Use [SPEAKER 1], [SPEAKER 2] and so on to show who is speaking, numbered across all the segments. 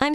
[SPEAKER 1] I'm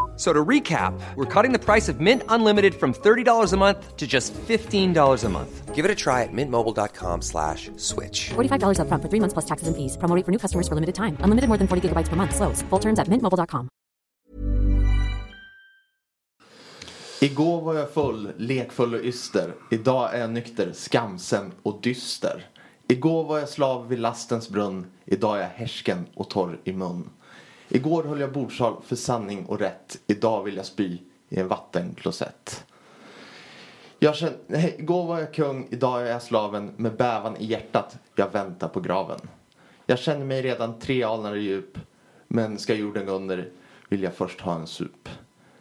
[SPEAKER 2] So to recap, we're cutting the price of Mint Unlimited from $30 a month to just $15 a month. Give it a try at mintmobile.com slash switch.
[SPEAKER 3] $45 up front for three months plus taxes and fees. Promo rate for new customers for limited time. Unlimited more than 40 gigabytes per month. Slows. Full terms at mintmobile.com.
[SPEAKER 4] Igår var jag full, lekfull och yster. Idag är jag nykter, skamsen och dyster. Igår var jag slav vid lastens brunn. Idag är jag härsken och torr i mun. Igår höll jag bordsal för sanning och rätt. Idag vill jag spy i en vattenklosett. Jag känner, nej, igår var jag kung, idag är jag slaven. Med bävan i hjärtat, jag väntar på graven. Jag känner mig redan tre alnar djup. Men ska jorden gå under vill jag först ha en sup.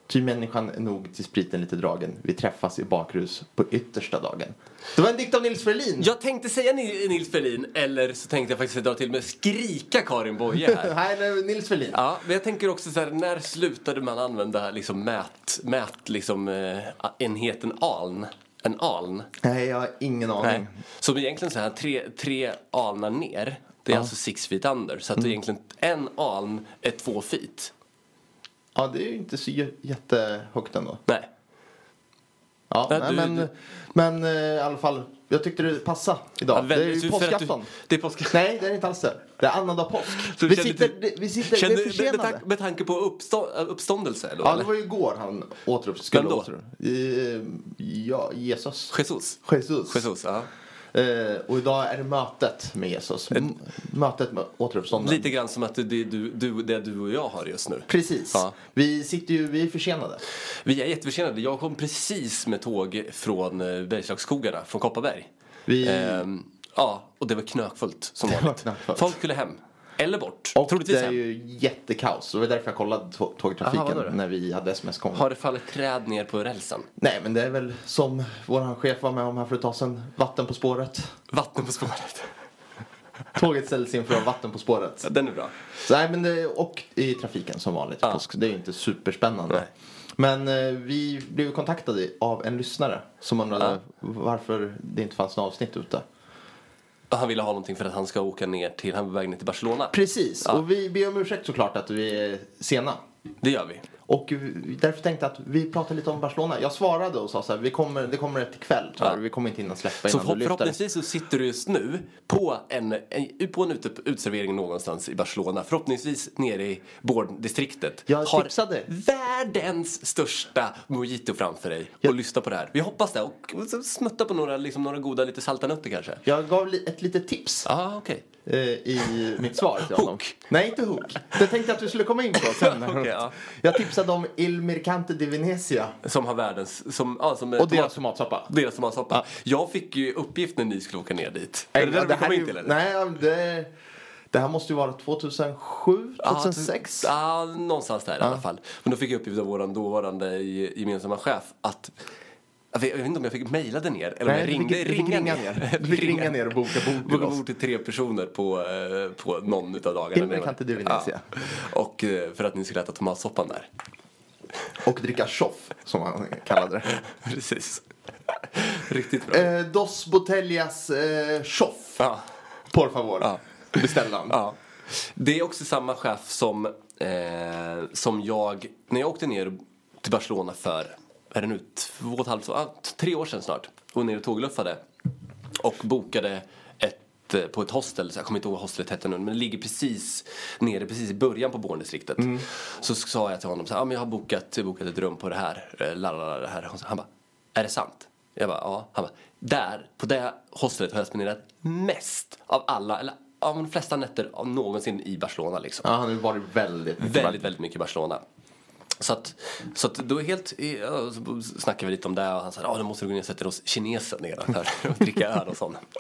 [SPEAKER 4] Ty människan är nog till spriten lite dragen. Vi träffas i bakrus på yttersta dagen. Det var en dikt av Nils Ferlin.
[SPEAKER 5] Jag tänkte säga Ni- Nils Ferlin, eller så tänkte jag faktiskt dra till med skrika Karin Boye här.
[SPEAKER 4] Nej, nej, Nils Ferlin.
[SPEAKER 5] Ja, men jag tänker också så här, när slutade man använda liksom mät, mät liksom, eh, enheten aln? En aln?
[SPEAKER 4] Nej, jag har ingen aning.
[SPEAKER 5] Nej. Så det är egentligen så här, tre, tre alnar ner, det är alltså six feet under. Så att det är
[SPEAKER 4] Mm.
[SPEAKER 5] egentligen en aln är två feet.
[SPEAKER 4] Ja, det är ju inte så j- jättehögt ändå.
[SPEAKER 5] Nej.
[SPEAKER 4] Ja,
[SPEAKER 5] Ja,
[SPEAKER 4] nej,
[SPEAKER 5] du-
[SPEAKER 4] men,
[SPEAKER 5] du-
[SPEAKER 4] men eh, i alla fall. Jag tyckte det passade idag.
[SPEAKER 5] Ja,
[SPEAKER 4] det är ju
[SPEAKER 5] väldigt- för att du-
[SPEAKER 4] påskafton.
[SPEAKER 5] det är påsk-
[SPEAKER 4] Nej, det är det inte alls det. Det är annandag påsk.
[SPEAKER 5] Så
[SPEAKER 4] vi,
[SPEAKER 5] kände
[SPEAKER 4] sitter,
[SPEAKER 5] du-
[SPEAKER 4] det- vi sitter,
[SPEAKER 5] kände-
[SPEAKER 4] det är
[SPEAKER 5] med, med,
[SPEAKER 4] försenade.
[SPEAKER 5] tanke- med tanke på uppstå, uppståndelse? Då,
[SPEAKER 4] ja, det
[SPEAKER 5] eller?
[SPEAKER 4] var ju igår han återupp, skulle
[SPEAKER 5] Vem då?
[SPEAKER 4] återupp. Eh, ja, Jesus.
[SPEAKER 5] Jesus?
[SPEAKER 4] Jesus.
[SPEAKER 5] Jesus, ja.
[SPEAKER 4] Eh, och idag är det mötet med Jesus. M- Mötet med återuppstånden.
[SPEAKER 5] Lite grann som att det, det, du, du, det du och jag har just nu.
[SPEAKER 4] Precis.
[SPEAKER 5] Ja.
[SPEAKER 4] Vi sitter ju, vi är försenade.
[SPEAKER 5] Vi är jätteförsenade. Jag kom precis med tåg från eh, Bergslagsskogarna, från Kopparberg.
[SPEAKER 4] Vi-
[SPEAKER 5] Ehm, ja, och det var knökfullt som
[SPEAKER 4] var
[SPEAKER 5] vanligt.
[SPEAKER 4] knökfullt.
[SPEAKER 5] Folk skulle hem. Eller bort.
[SPEAKER 4] Och
[SPEAKER 5] Troligtvis
[SPEAKER 4] det är
[SPEAKER 5] hem.
[SPEAKER 4] ju jättekaos. Det var därför jag kollade tå- tågtrafiken
[SPEAKER 5] Aha, vadå då?
[SPEAKER 4] när vi hade sms-kommunikation.
[SPEAKER 5] Har det fallit träd ner på rälsen?
[SPEAKER 4] Nej, men det är väl som vår chef var med om här för ett tag sedan. Vatten på spåret.
[SPEAKER 5] Vatten på spåret.
[SPEAKER 4] Tåget ställdes in för att ha vatten på spåret.
[SPEAKER 5] Den är bra.
[SPEAKER 4] Så, nej, men det, och i trafiken som vanligt. Påsk. Det är ju inte superspännande.
[SPEAKER 5] Nej.
[SPEAKER 4] Men eh, vi blev kontaktade av en lyssnare som undrade varför det inte fanns några avsnitt ute.
[SPEAKER 5] Och Han ville ha någonting för att han ska åka ner till, han är på väg ner till Barcelona.
[SPEAKER 4] Precis, och vi ber om ursäkt såklart att vi är sena.
[SPEAKER 5] Det gör vi.
[SPEAKER 4] Och vi- därför tänkte jag att vi pratar lite om Barcelona. Jag svarade och sa så här, vi kommer, det kommer ett ikväll. Ja.
[SPEAKER 5] Ja.
[SPEAKER 4] Vi kommer inte hinna
[SPEAKER 5] Så
[SPEAKER 4] släppa innan
[SPEAKER 5] förhopp-
[SPEAKER 4] du lyfter.
[SPEAKER 5] förhoppningsvis så sitter du just nu på en, en, på en ute, utservering någonstans i Barcelona. Förhoppningsvis nere i Borddistriktet.
[SPEAKER 4] Jag tipsade.
[SPEAKER 5] världens största mojito framför dig och lyssna på det här. Vi hoppas det. Och så smutta på några, liksom, några goda lite salta nötter kanske.
[SPEAKER 4] Jag gav li- ett litet tips.
[SPEAKER 5] Ja, ah, okej.
[SPEAKER 4] eh, i mitt svar till honom.
[SPEAKER 5] Hook.
[SPEAKER 4] Nej, inte Hook. Det tänkte jag att du skulle komma in på sen.
[SPEAKER 5] Okej, ja.
[SPEAKER 4] Jag tipsade om Il Mercante di Venezia.
[SPEAKER 5] Som har världens... Som, ja, som
[SPEAKER 4] Och deras tomatsoppa.
[SPEAKER 5] Deras tomatsoppa. Jag fick ju uppgift när ni skulle åka ner dit. är det,
[SPEAKER 4] Ja,
[SPEAKER 5] där vi kom
[SPEAKER 4] här
[SPEAKER 5] in
[SPEAKER 4] är-
[SPEAKER 5] till eller?
[SPEAKER 4] Nej, ja, det, det här måste ju vara 2007, 2006.
[SPEAKER 5] Ja, ah, någonstans där i alla fall. Men då fick jag uppgift av vår dåvarande ge- gemensamma chef att jag vet jag vet inte om jag fick mejla det ner eller om
[SPEAKER 4] Nej,
[SPEAKER 5] jag
[SPEAKER 4] du fick-
[SPEAKER 5] ringde,
[SPEAKER 4] du fick ringa ner. Du fick ringa ner och boka bord till
[SPEAKER 5] Boka
[SPEAKER 4] oss.
[SPEAKER 5] bord till tre personer på, eh, på någon utav dagarna.
[SPEAKER 4] Timmer kan inte du Venezia.
[SPEAKER 5] Ja. Och eh, för att ni skulle äta tomatsoppan där.
[SPEAKER 4] Och dricka choff, som han kallade det.
[SPEAKER 5] Precis. Riktigt bra.
[SPEAKER 4] Eh, dos botellas eh, choff.
[SPEAKER 5] Ja.
[SPEAKER 4] Por favor.
[SPEAKER 5] Ja.
[SPEAKER 4] Beställde han.
[SPEAKER 5] Ja. Det är också samma chef som, eh, som jag, när jag åkte ner till Barcelona för, är det nu, två och ett halvt, ah, t- tre år sedan snart. Och ner och tågluffade. Och bokade ett, eh, på ett hostel, så jag kommer inte ihåg vad hostelet hette nu, men det ligger precis nere, precis i början på Borndistriktet. Så sa jag till honom så här, ah, men jag har bokat, bokat ett rum på det här, eh, lalala, det här. Han bara, är det sant? Jag bara, ja. Han bara, där, på det hostelet har jag spenderat mest av alla, eller av de flesta nätter av någonsin i Barcelona liksom.
[SPEAKER 4] Ja, han har ju varit väldigt mycket
[SPEAKER 5] Väldigt, väldigt mycket i Barcelona. Så att, så att då är helt, ja, så snackade vi lite om det och han sa att ah, då måste du gå ner och sätta dig hos kinesen nedanför och dricka öl och sånt.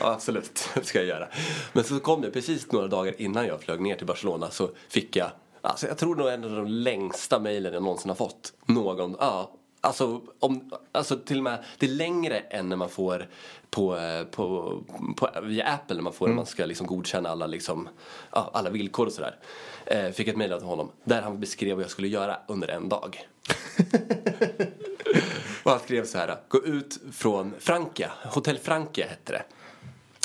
[SPEAKER 5] ja absolut, det ska jag göra. Men så kom det precis några dagar innan jag flög ner till Barcelona så fick jag, alltså jag tror nog en av de längsta mejlen jag någonsin har fått. Någon, ja. Alltså, om, alltså till och med, det är längre än när man får på, eh, på, på, via Apple när man får när man ska liksom godkänna alla, liksom, ja, alla villkor och sådär. Eh, fick ett mejl av honom där han beskrev vad jag skulle göra under en dag. och han skrev så här, gå ut från Frankia, Hotell Frankia hette det.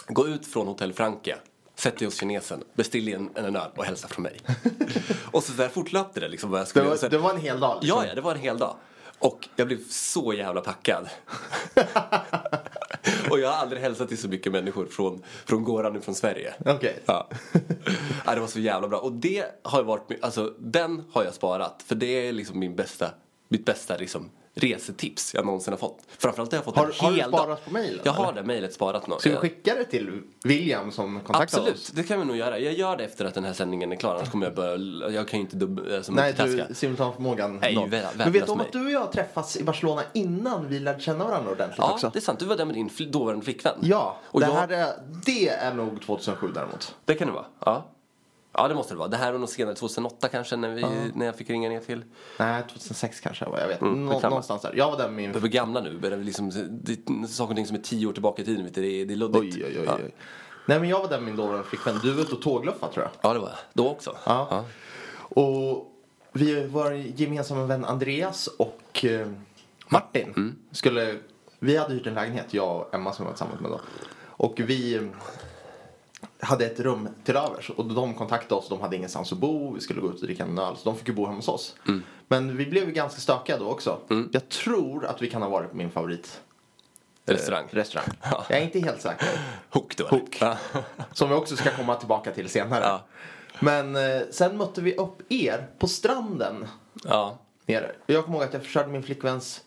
[SPEAKER 5] Gå ut från Hotell Frankia, sätt dig hos kinesen, beställ in en öl och hälsa från mig. och så där fortlöpte det liksom vad jag
[SPEAKER 4] Det
[SPEAKER 5] skulle göra.
[SPEAKER 4] var,
[SPEAKER 5] Sen-
[SPEAKER 4] det var en hel dag liksom.
[SPEAKER 5] Ja, ja, det var en hel dag. Och jag blev så jävla packad. och jag har aldrig hälsat till så mycket människor från, från Goran och från Sverige.
[SPEAKER 4] Okej.
[SPEAKER 5] Ja. ja, det var så jävla bra. Och det har ju varit, min- alltså den har jag sparat. För det är liksom min bästa, mitt bästa liksom resetips jag någonsin har fått. Framförallt har jag fått
[SPEAKER 4] Har-
[SPEAKER 5] en
[SPEAKER 4] har du
[SPEAKER 5] hel dag.
[SPEAKER 4] sparat på mejlen,
[SPEAKER 5] Jag har
[SPEAKER 4] eller?
[SPEAKER 5] det mejlet sparat någon.
[SPEAKER 4] Ska vi skicka det till William som kontaktade
[SPEAKER 5] Eh, Absolut,
[SPEAKER 4] oss?
[SPEAKER 5] det kan vi nog göra. Jag gör det efter att den här sändningen är klar. Annars kommer jag börja, jag kan ju inte dubb, alltså,
[SPEAKER 4] Nej,
[SPEAKER 5] multitaska.
[SPEAKER 4] du, simultanförmågan.
[SPEAKER 5] Nej, vä-
[SPEAKER 4] noll. Men vet
[SPEAKER 5] värdelös
[SPEAKER 4] du om
[SPEAKER 5] mig.
[SPEAKER 4] att du och jag träffas i Barcelona innan vi lärde känna varandra ordentligt
[SPEAKER 5] Ja,
[SPEAKER 4] också?
[SPEAKER 5] det är sant. Du var där med din fl- dåvarande flickvän.
[SPEAKER 4] Ja,
[SPEAKER 5] och
[SPEAKER 4] det,
[SPEAKER 5] jag,
[SPEAKER 4] här är, det är nog 2007 däremot.
[SPEAKER 5] det kan det vara. Ja. ja, det måste det vara. Det här var nog senare, 2008 kanske, när, vi, när jag fick ringa ner till.
[SPEAKER 4] Nej, 2006 kanske var jag vet. Nå,
[SPEAKER 5] Mm, skitsamma.
[SPEAKER 4] någonstans där. Jag var där med min...
[SPEAKER 5] Vi är gamla nu. Det är liksom, det är saker och ting som är tio år tillbaka i tiden. Vet du, det, är, det är
[SPEAKER 4] Oj,
[SPEAKER 5] luddigt.
[SPEAKER 4] oj, oj. oj.
[SPEAKER 5] Ja.
[SPEAKER 4] Nej, men jag var där med min dåvarande flickvän. Du var ute och tågluffade tror jag.
[SPEAKER 5] ja, det var jag. Då också.
[SPEAKER 4] Ja. Och vi, vår gemensamma vän Andreas och eh, Martin skulle... Vi hade hyrt en lägenhet, jag och Emma som jag var tillsammans med då. Och vi eh, hade ett rum till övers och de kontaktade oss. De hade ingenstans att bo, vi skulle gå ut och dricka en öl. Så de fick ju bo hemma hos oss. Men vi blev ju ganska stökiga då också. Jag tror att vi kan ha varit på min favoritrestaurang.
[SPEAKER 5] Restaurang. Ja.
[SPEAKER 4] Jag är inte helt säker.
[SPEAKER 5] Hook då.
[SPEAKER 4] Hook.
[SPEAKER 5] Ja.
[SPEAKER 4] Som vi också ska komma tillbaka till senare.
[SPEAKER 5] Ja.
[SPEAKER 4] Men eh, sen mötte vi upp er på stranden
[SPEAKER 5] ja.
[SPEAKER 4] nere. Jag kommer ihåg att jag förstörde min flickväns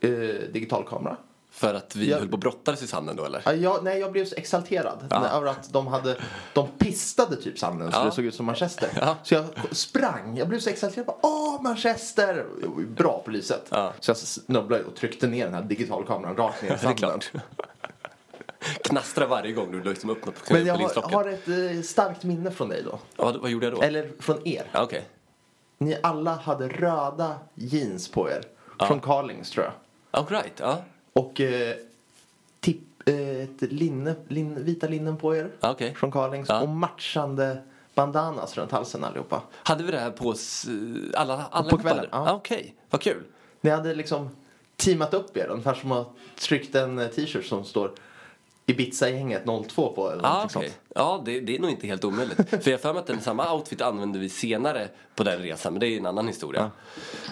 [SPEAKER 4] eh, digitalkamera.
[SPEAKER 5] För att vi
[SPEAKER 4] Ja.
[SPEAKER 5] höll på och brottades i sanden då eller?
[SPEAKER 4] Ja, Jag, nej, jag blev så exalterad när- över att de, hade, de pistade typ sanden så
[SPEAKER 5] Ja.
[SPEAKER 4] det såg ut som Manchester. Så jag sprang, jag blev så exalterad. Jag bara, Åh, Manchester! Jag var ju Bra på lyset. Så jag snubblade och tryckte ner den här digitalkameran rakt ner i
[SPEAKER 5] det är
[SPEAKER 4] sanden.
[SPEAKER 5] klart. Knastra varje gång du liksom upp något på
[SPEAKER 4] Men jag har,
[SPEAKER 5] polisrocken.
[SPEAKER 4] har ett eh, starkt minne från dig då.
[SPEAKER 5] Ja, vad, vad gjorde jag då?
[SPEAKER 4] Eller från er.
[SPEAKER 5] Ja, Okej.
[SPEAKER 4] Ni alla hade röda jeans på er. Från Carlings tror jag.
[SPEAKER 5] Alright, ja.
[SPEAKER 4] Och eh, tipp, eh, ett linne, lin, vita linnen på er.
[SPEAKER 5] Ja, okej.
[SPEAKER 4] Från Carlings.
[SPEAKER 5] Ja.
[SPEAKER 4] Och matchande bandanas runt halsen allihopa.
[SPEAKER 5] Hade vi det här på oss, eh, alla, alla
[SPEAKER 4] På kvällen,
[SPEAKER 5] Ja.
[SPEAKER 4] ja.
[SPEAKER 5] Ah, Okej, vad kul.
[SPEAKER 4] Ni hade liksom teamat upp er. Ungefär som att ha tryckt en eh, t-shirt som står Ibiza-gänget 02 på. Eller
[SPEAKER 5] Ah,
[SPEAKER 4] någonting
[SPEAKER 5] okej.
[SPEAKER 4] sånt.
[SPEAKER 5] Ja, det, det är nog inte helt omöjligt. För jag har för mig att den samma outfit använde vi senare på den resan, men det är en annan historia.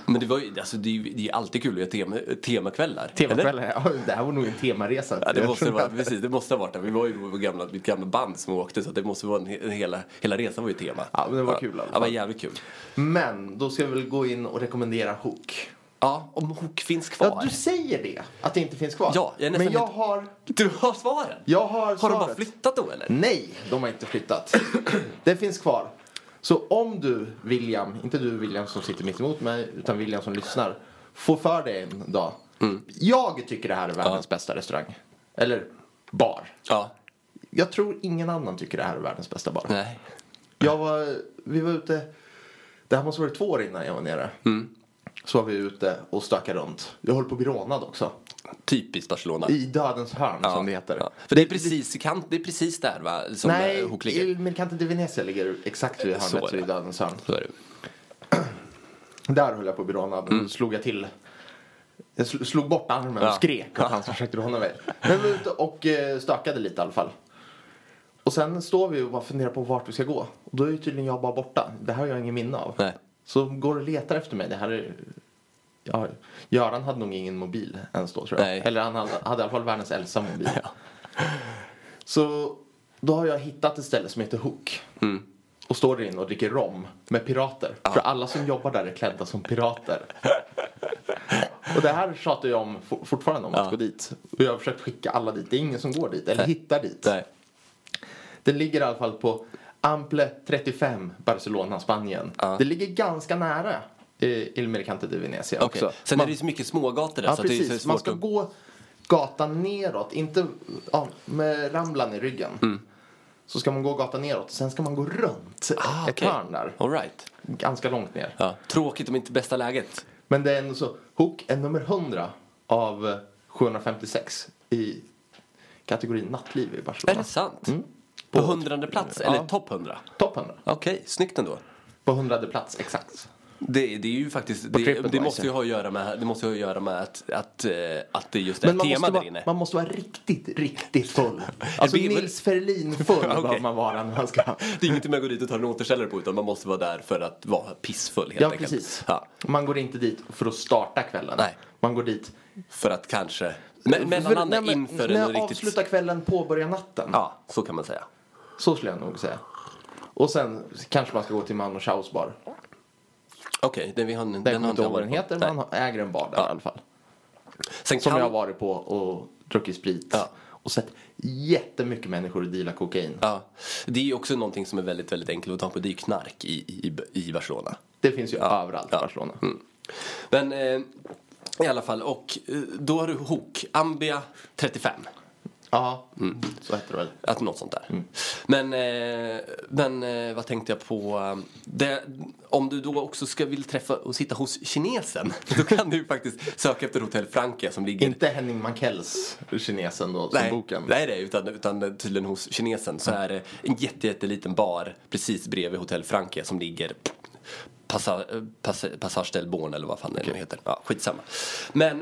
[SPEAKER 5] Men det, var ju, alltså, det, är, ju- det är alltid kul att göra tema, temakvällar. eller?
[SPEAKER 4] Temakvällar, ja. Det här var nog en temaresa.
[SPEAKER 5] Ja, det måste det vara, precis, det måste ha varit det. Vi var ju då vår gamla, mitt gamla band som åkte så det måste vara en, he- en hela, hela resan var ju tema.
[SPEAKER 4] Ja, men det var kul i alla
[SPEAKER 5] Ja, det var
[SPEAKER 4] fall.
[SPEAKER 5] jävligt kul.
[SPEAKER 4] Men då ska vi väl gå in och rekommendera Hook.
[SPEAKER 5] Ja, om Hook finns kvar.
[SPEAKER 4] Ja, du säger det. Att det inte finns kvar.
[SPEAKER 5] Ja, jag är nästan
[SPEAKER 4] Men jag
[SPEAKER 5] lite-
[SPEAKER 4] har...
[SPEAKER 5] Du har svaren?
[SPEAKER 4] Jag har
[SPEAKER 5] har de bara
[SPEAKER 4] svaret. Mm.
[SPEAKER 5] flyttat då eller?
[SPEAKER 4] Nej, de har inte flyttat. Det finns kvar. Så om du, William, inte du William som sitter mitt emot mig, utan William som lyssnar, får för dig en dag.
[SPEAKER 5] Mm.
[SPEAKER 4] Jag tycker det här är världens bästa restaurang. Eller bar.
[SPEAKER 5] Ja.
[SPEAKER 4] Jag tror ingen annan tycker det här är världens bästa bar.
[SPEAKER 5] Nej.
[SPEAKER 4] Jag var, vi var ute, det här måste ha varit två år innan jag var nere.
[SPEAKER 5] Mm.
[SPEAKER 4] Så var vi ute och stökade runt. Jag höll på att bli rånad också.
[SPEAKER 5] Typiskt Barcelona.
[SPEAKER 4] I dödens hörn som det heter.
[SPEAKER 5] Ja. För det är precis i kant, det är precis där va? Som
[SPEAKER 4] Nej,
[SPEAKER 5] eh, Hook ligger.
[SPEAKER 4] i Mercante di Venezia ligger exakt vid
[SPEAKER 5] Så är
[SPEAKER 4] hörnet
[SPEAKER 5] det.
[SPEAKER 4] vid Dödens hörn.
[SPEAKER 5] Så är det.
[SPEAKER 4] Där höll jag på att bli rånad. Då slog jag till. Jag sl- slog bort armen
[SPEAKER 5] Mm. Ja.
[SPEAKER 4] och skrek åt han som försökte råna mig. Men jag var ute och eh, stökade lite i alla fall. Och sen står vi och bara funderar på vart vi ska gå. Och då är ju tydligen jag bara borta. Det här har jag ingen minne av.
[SPEAKER 5] Nej.
[SPEAKER 4] Så går och letar efter mig. Det här är... Ja, Göran hade nog ingen mobil ens då tror jag.
[SPEAKER 5] Nej.
[SPEAKER 4] Eller han hade, hade i alla fall världens äldsta mobil. Så då har jag hittat ett ställe som heter Hook. Och står där inne och dricker rom med pirater. För alla som jobbar där är klädda som pirater. och det här tjatar jag om for, fortfarande om att gå dit. Och jag har försökt skicka alla dit. Det är ingen som går dit eller hittar dit.
[SPEAKER 5] Nej.
[SPEAKER 4] Den ligger i alla fall på Ample 35, Barcelona, Spanien. Det ligger ganska nära eh, Il Mercante di Venezia
[SPEAKER 5] Okej.
[SPEAKER 4] också.
[SPEAKER 5] Sen
[SPEAKER 4] Man-
[SPEAKER 5] är det ju så mycket smågator där.
[SPEAKER 4] Ja,
[SPEAKER 5] så att det är så
[SPEAKER 4] precis.
[SPEAKER 5] svårt
[SPEAKER 4] Man ska
[SPEAKER 5] att...
[SPEAKER 4] gå gatan neråt, inte ja, med Ramblan i ryggen.
[SPEAKER 5] Mm.
[SPEAKER 4] Så ska man gå gatan neråt, sen ska man gå runt
[SPEAKER 5] Ah,
[SPEAKER 4] ett
[SPEAKER 5] okej.
[SPEAKER 4] hörn där.
[SPEAKER 5] All right.
[SPEAKER 4] Ganska långt ner.
[SPEAKER 5] ja. Tråkigt om inte bästa läget.
[SPEAKER 4] Men det är ändå så. Hook är nummer 100 av eh, 756 i kategorin nattliv i
[SPEAKER 5] Är
[SPEAKER 4] Barcelona.
[SPEAKER 5] det sant? På hundrade plats? Eller topp hundra?
[SPEAKER 4] Topp 100.
[SPEAKER 5] Okej, snyggt ändå.
[SPEAKER 4] På hundrade plats, exakt.
[SPEAKER 5] Det, det är ju faktiskt, det,
[SPEAKER 4] TripAdvisor.
[SPEAKER 5] det måste ju ha att göra med, det måste ju ha att, göra med att, att, eh, att det är just det
[SPEAKER 4] Men
[SPEAKER 5] här
[SPEAKER 4] man måste,
[SPEAKER 5] temat där
[SPEAKER 4] vara,
[SPEAKER 5] inne.
[SPEAKER 4] man måste vara riktigt, riktigt full. Alltså
[SPEAKER 5] Det blir väl-
[SPEAKER 4] Nils Ferlin-full
[SPEAKER 5] Okej.
[SPEAKER 4] behöver man vara när man ska...
[SPEAKER 5] Det är inget med att gå dit och ta en återställare på utan man måste vara där för att vara pissfull helt
[SPEAKER 4] Ja,
[SPEAKER 5] enkelt.
[SPEAKER 4] precis.
[SPEAKER 5] Ja,
[SPEAKER 4] Man går inte dit för att starta kvällen.
[SPEAKER 5] Nej.
[SPEAKER 4] Man går dit...
[SPEAKER 5] för att kanske, me- mellanlanda inför
[SPEAKER 4] när
[SPEAKER 5] en riktigt...
[SPEAKER 4] avsluta kvällen, påbörja natten.
[SPEAKER 5] Ja, så kan man säga.
[SPEAKER 4] Så skulle jag nog säga. Och sen kanske man ska gå till Mano Chaos bar.
[SPEAKER 5] Okej, den, vi har, den,
[SPEAKER 4] Den
[SPEAKER 5] har
[SPEAKER 4] kommer inte
[SPEAKER 5] jag
[SPEAKER 4] ihåg vad den
[SPEAKER 5] varit på.
[SPEAKER 4] heter,
[SPEAKER 5] Nej.
[SPEAKER 4] men han äger en bar där i alla fall.
[SPEAKER 5] Sen
[SPEAKER 4] Som
[SPEAKER 5] kan,
[SPEAKER 4] jag har varit på och druckit sprit.
[SPEAKER 5] Ja.
[SPEAKER 4] Och sett jättemycket människor deala kokain.
[SPEAKER 5] Ja, det är ju också någonting som är väldigt, väldigt enkelt att ta på. Det är ju knark i, i, i Barcelona.
[SPEAKER 4] Det finns ju överallt i Barcelona.
[SPEAKER 5] Mm. Men eh, i alla fall, och eh, då har du Hook, Ambia 35.
[SPEAKER 4] Ja,
[SPEAKER 5] Mm.
[SPEAKER 4] så heter det väl.
[SPEAKER 5] Att något sånt där.
[SPEAKER 4] Mm.
[SPEAKER 5] Men, eh, men eh, vad tänkte jag på? eh, Det, om du då också ska vill träffa och sitta hos kinesen. Då kan du ju faktiskt söka efter Hotell Frankia som ligger
[SPEAKER 4] Inte Henning Mankells, kinesen då, som
[SPEAKER 5] Nej,
[SPEAKER 4] boken.
[SPEAKER 5] nej, nej utan, utan tydligen hos kinesen så är det en jätte, jätteliten bar precis bredvid Hotell Frankia som ligger Passa, passa, Passage del Born eller vad fan det nu heter. Ja, skitsamma. Men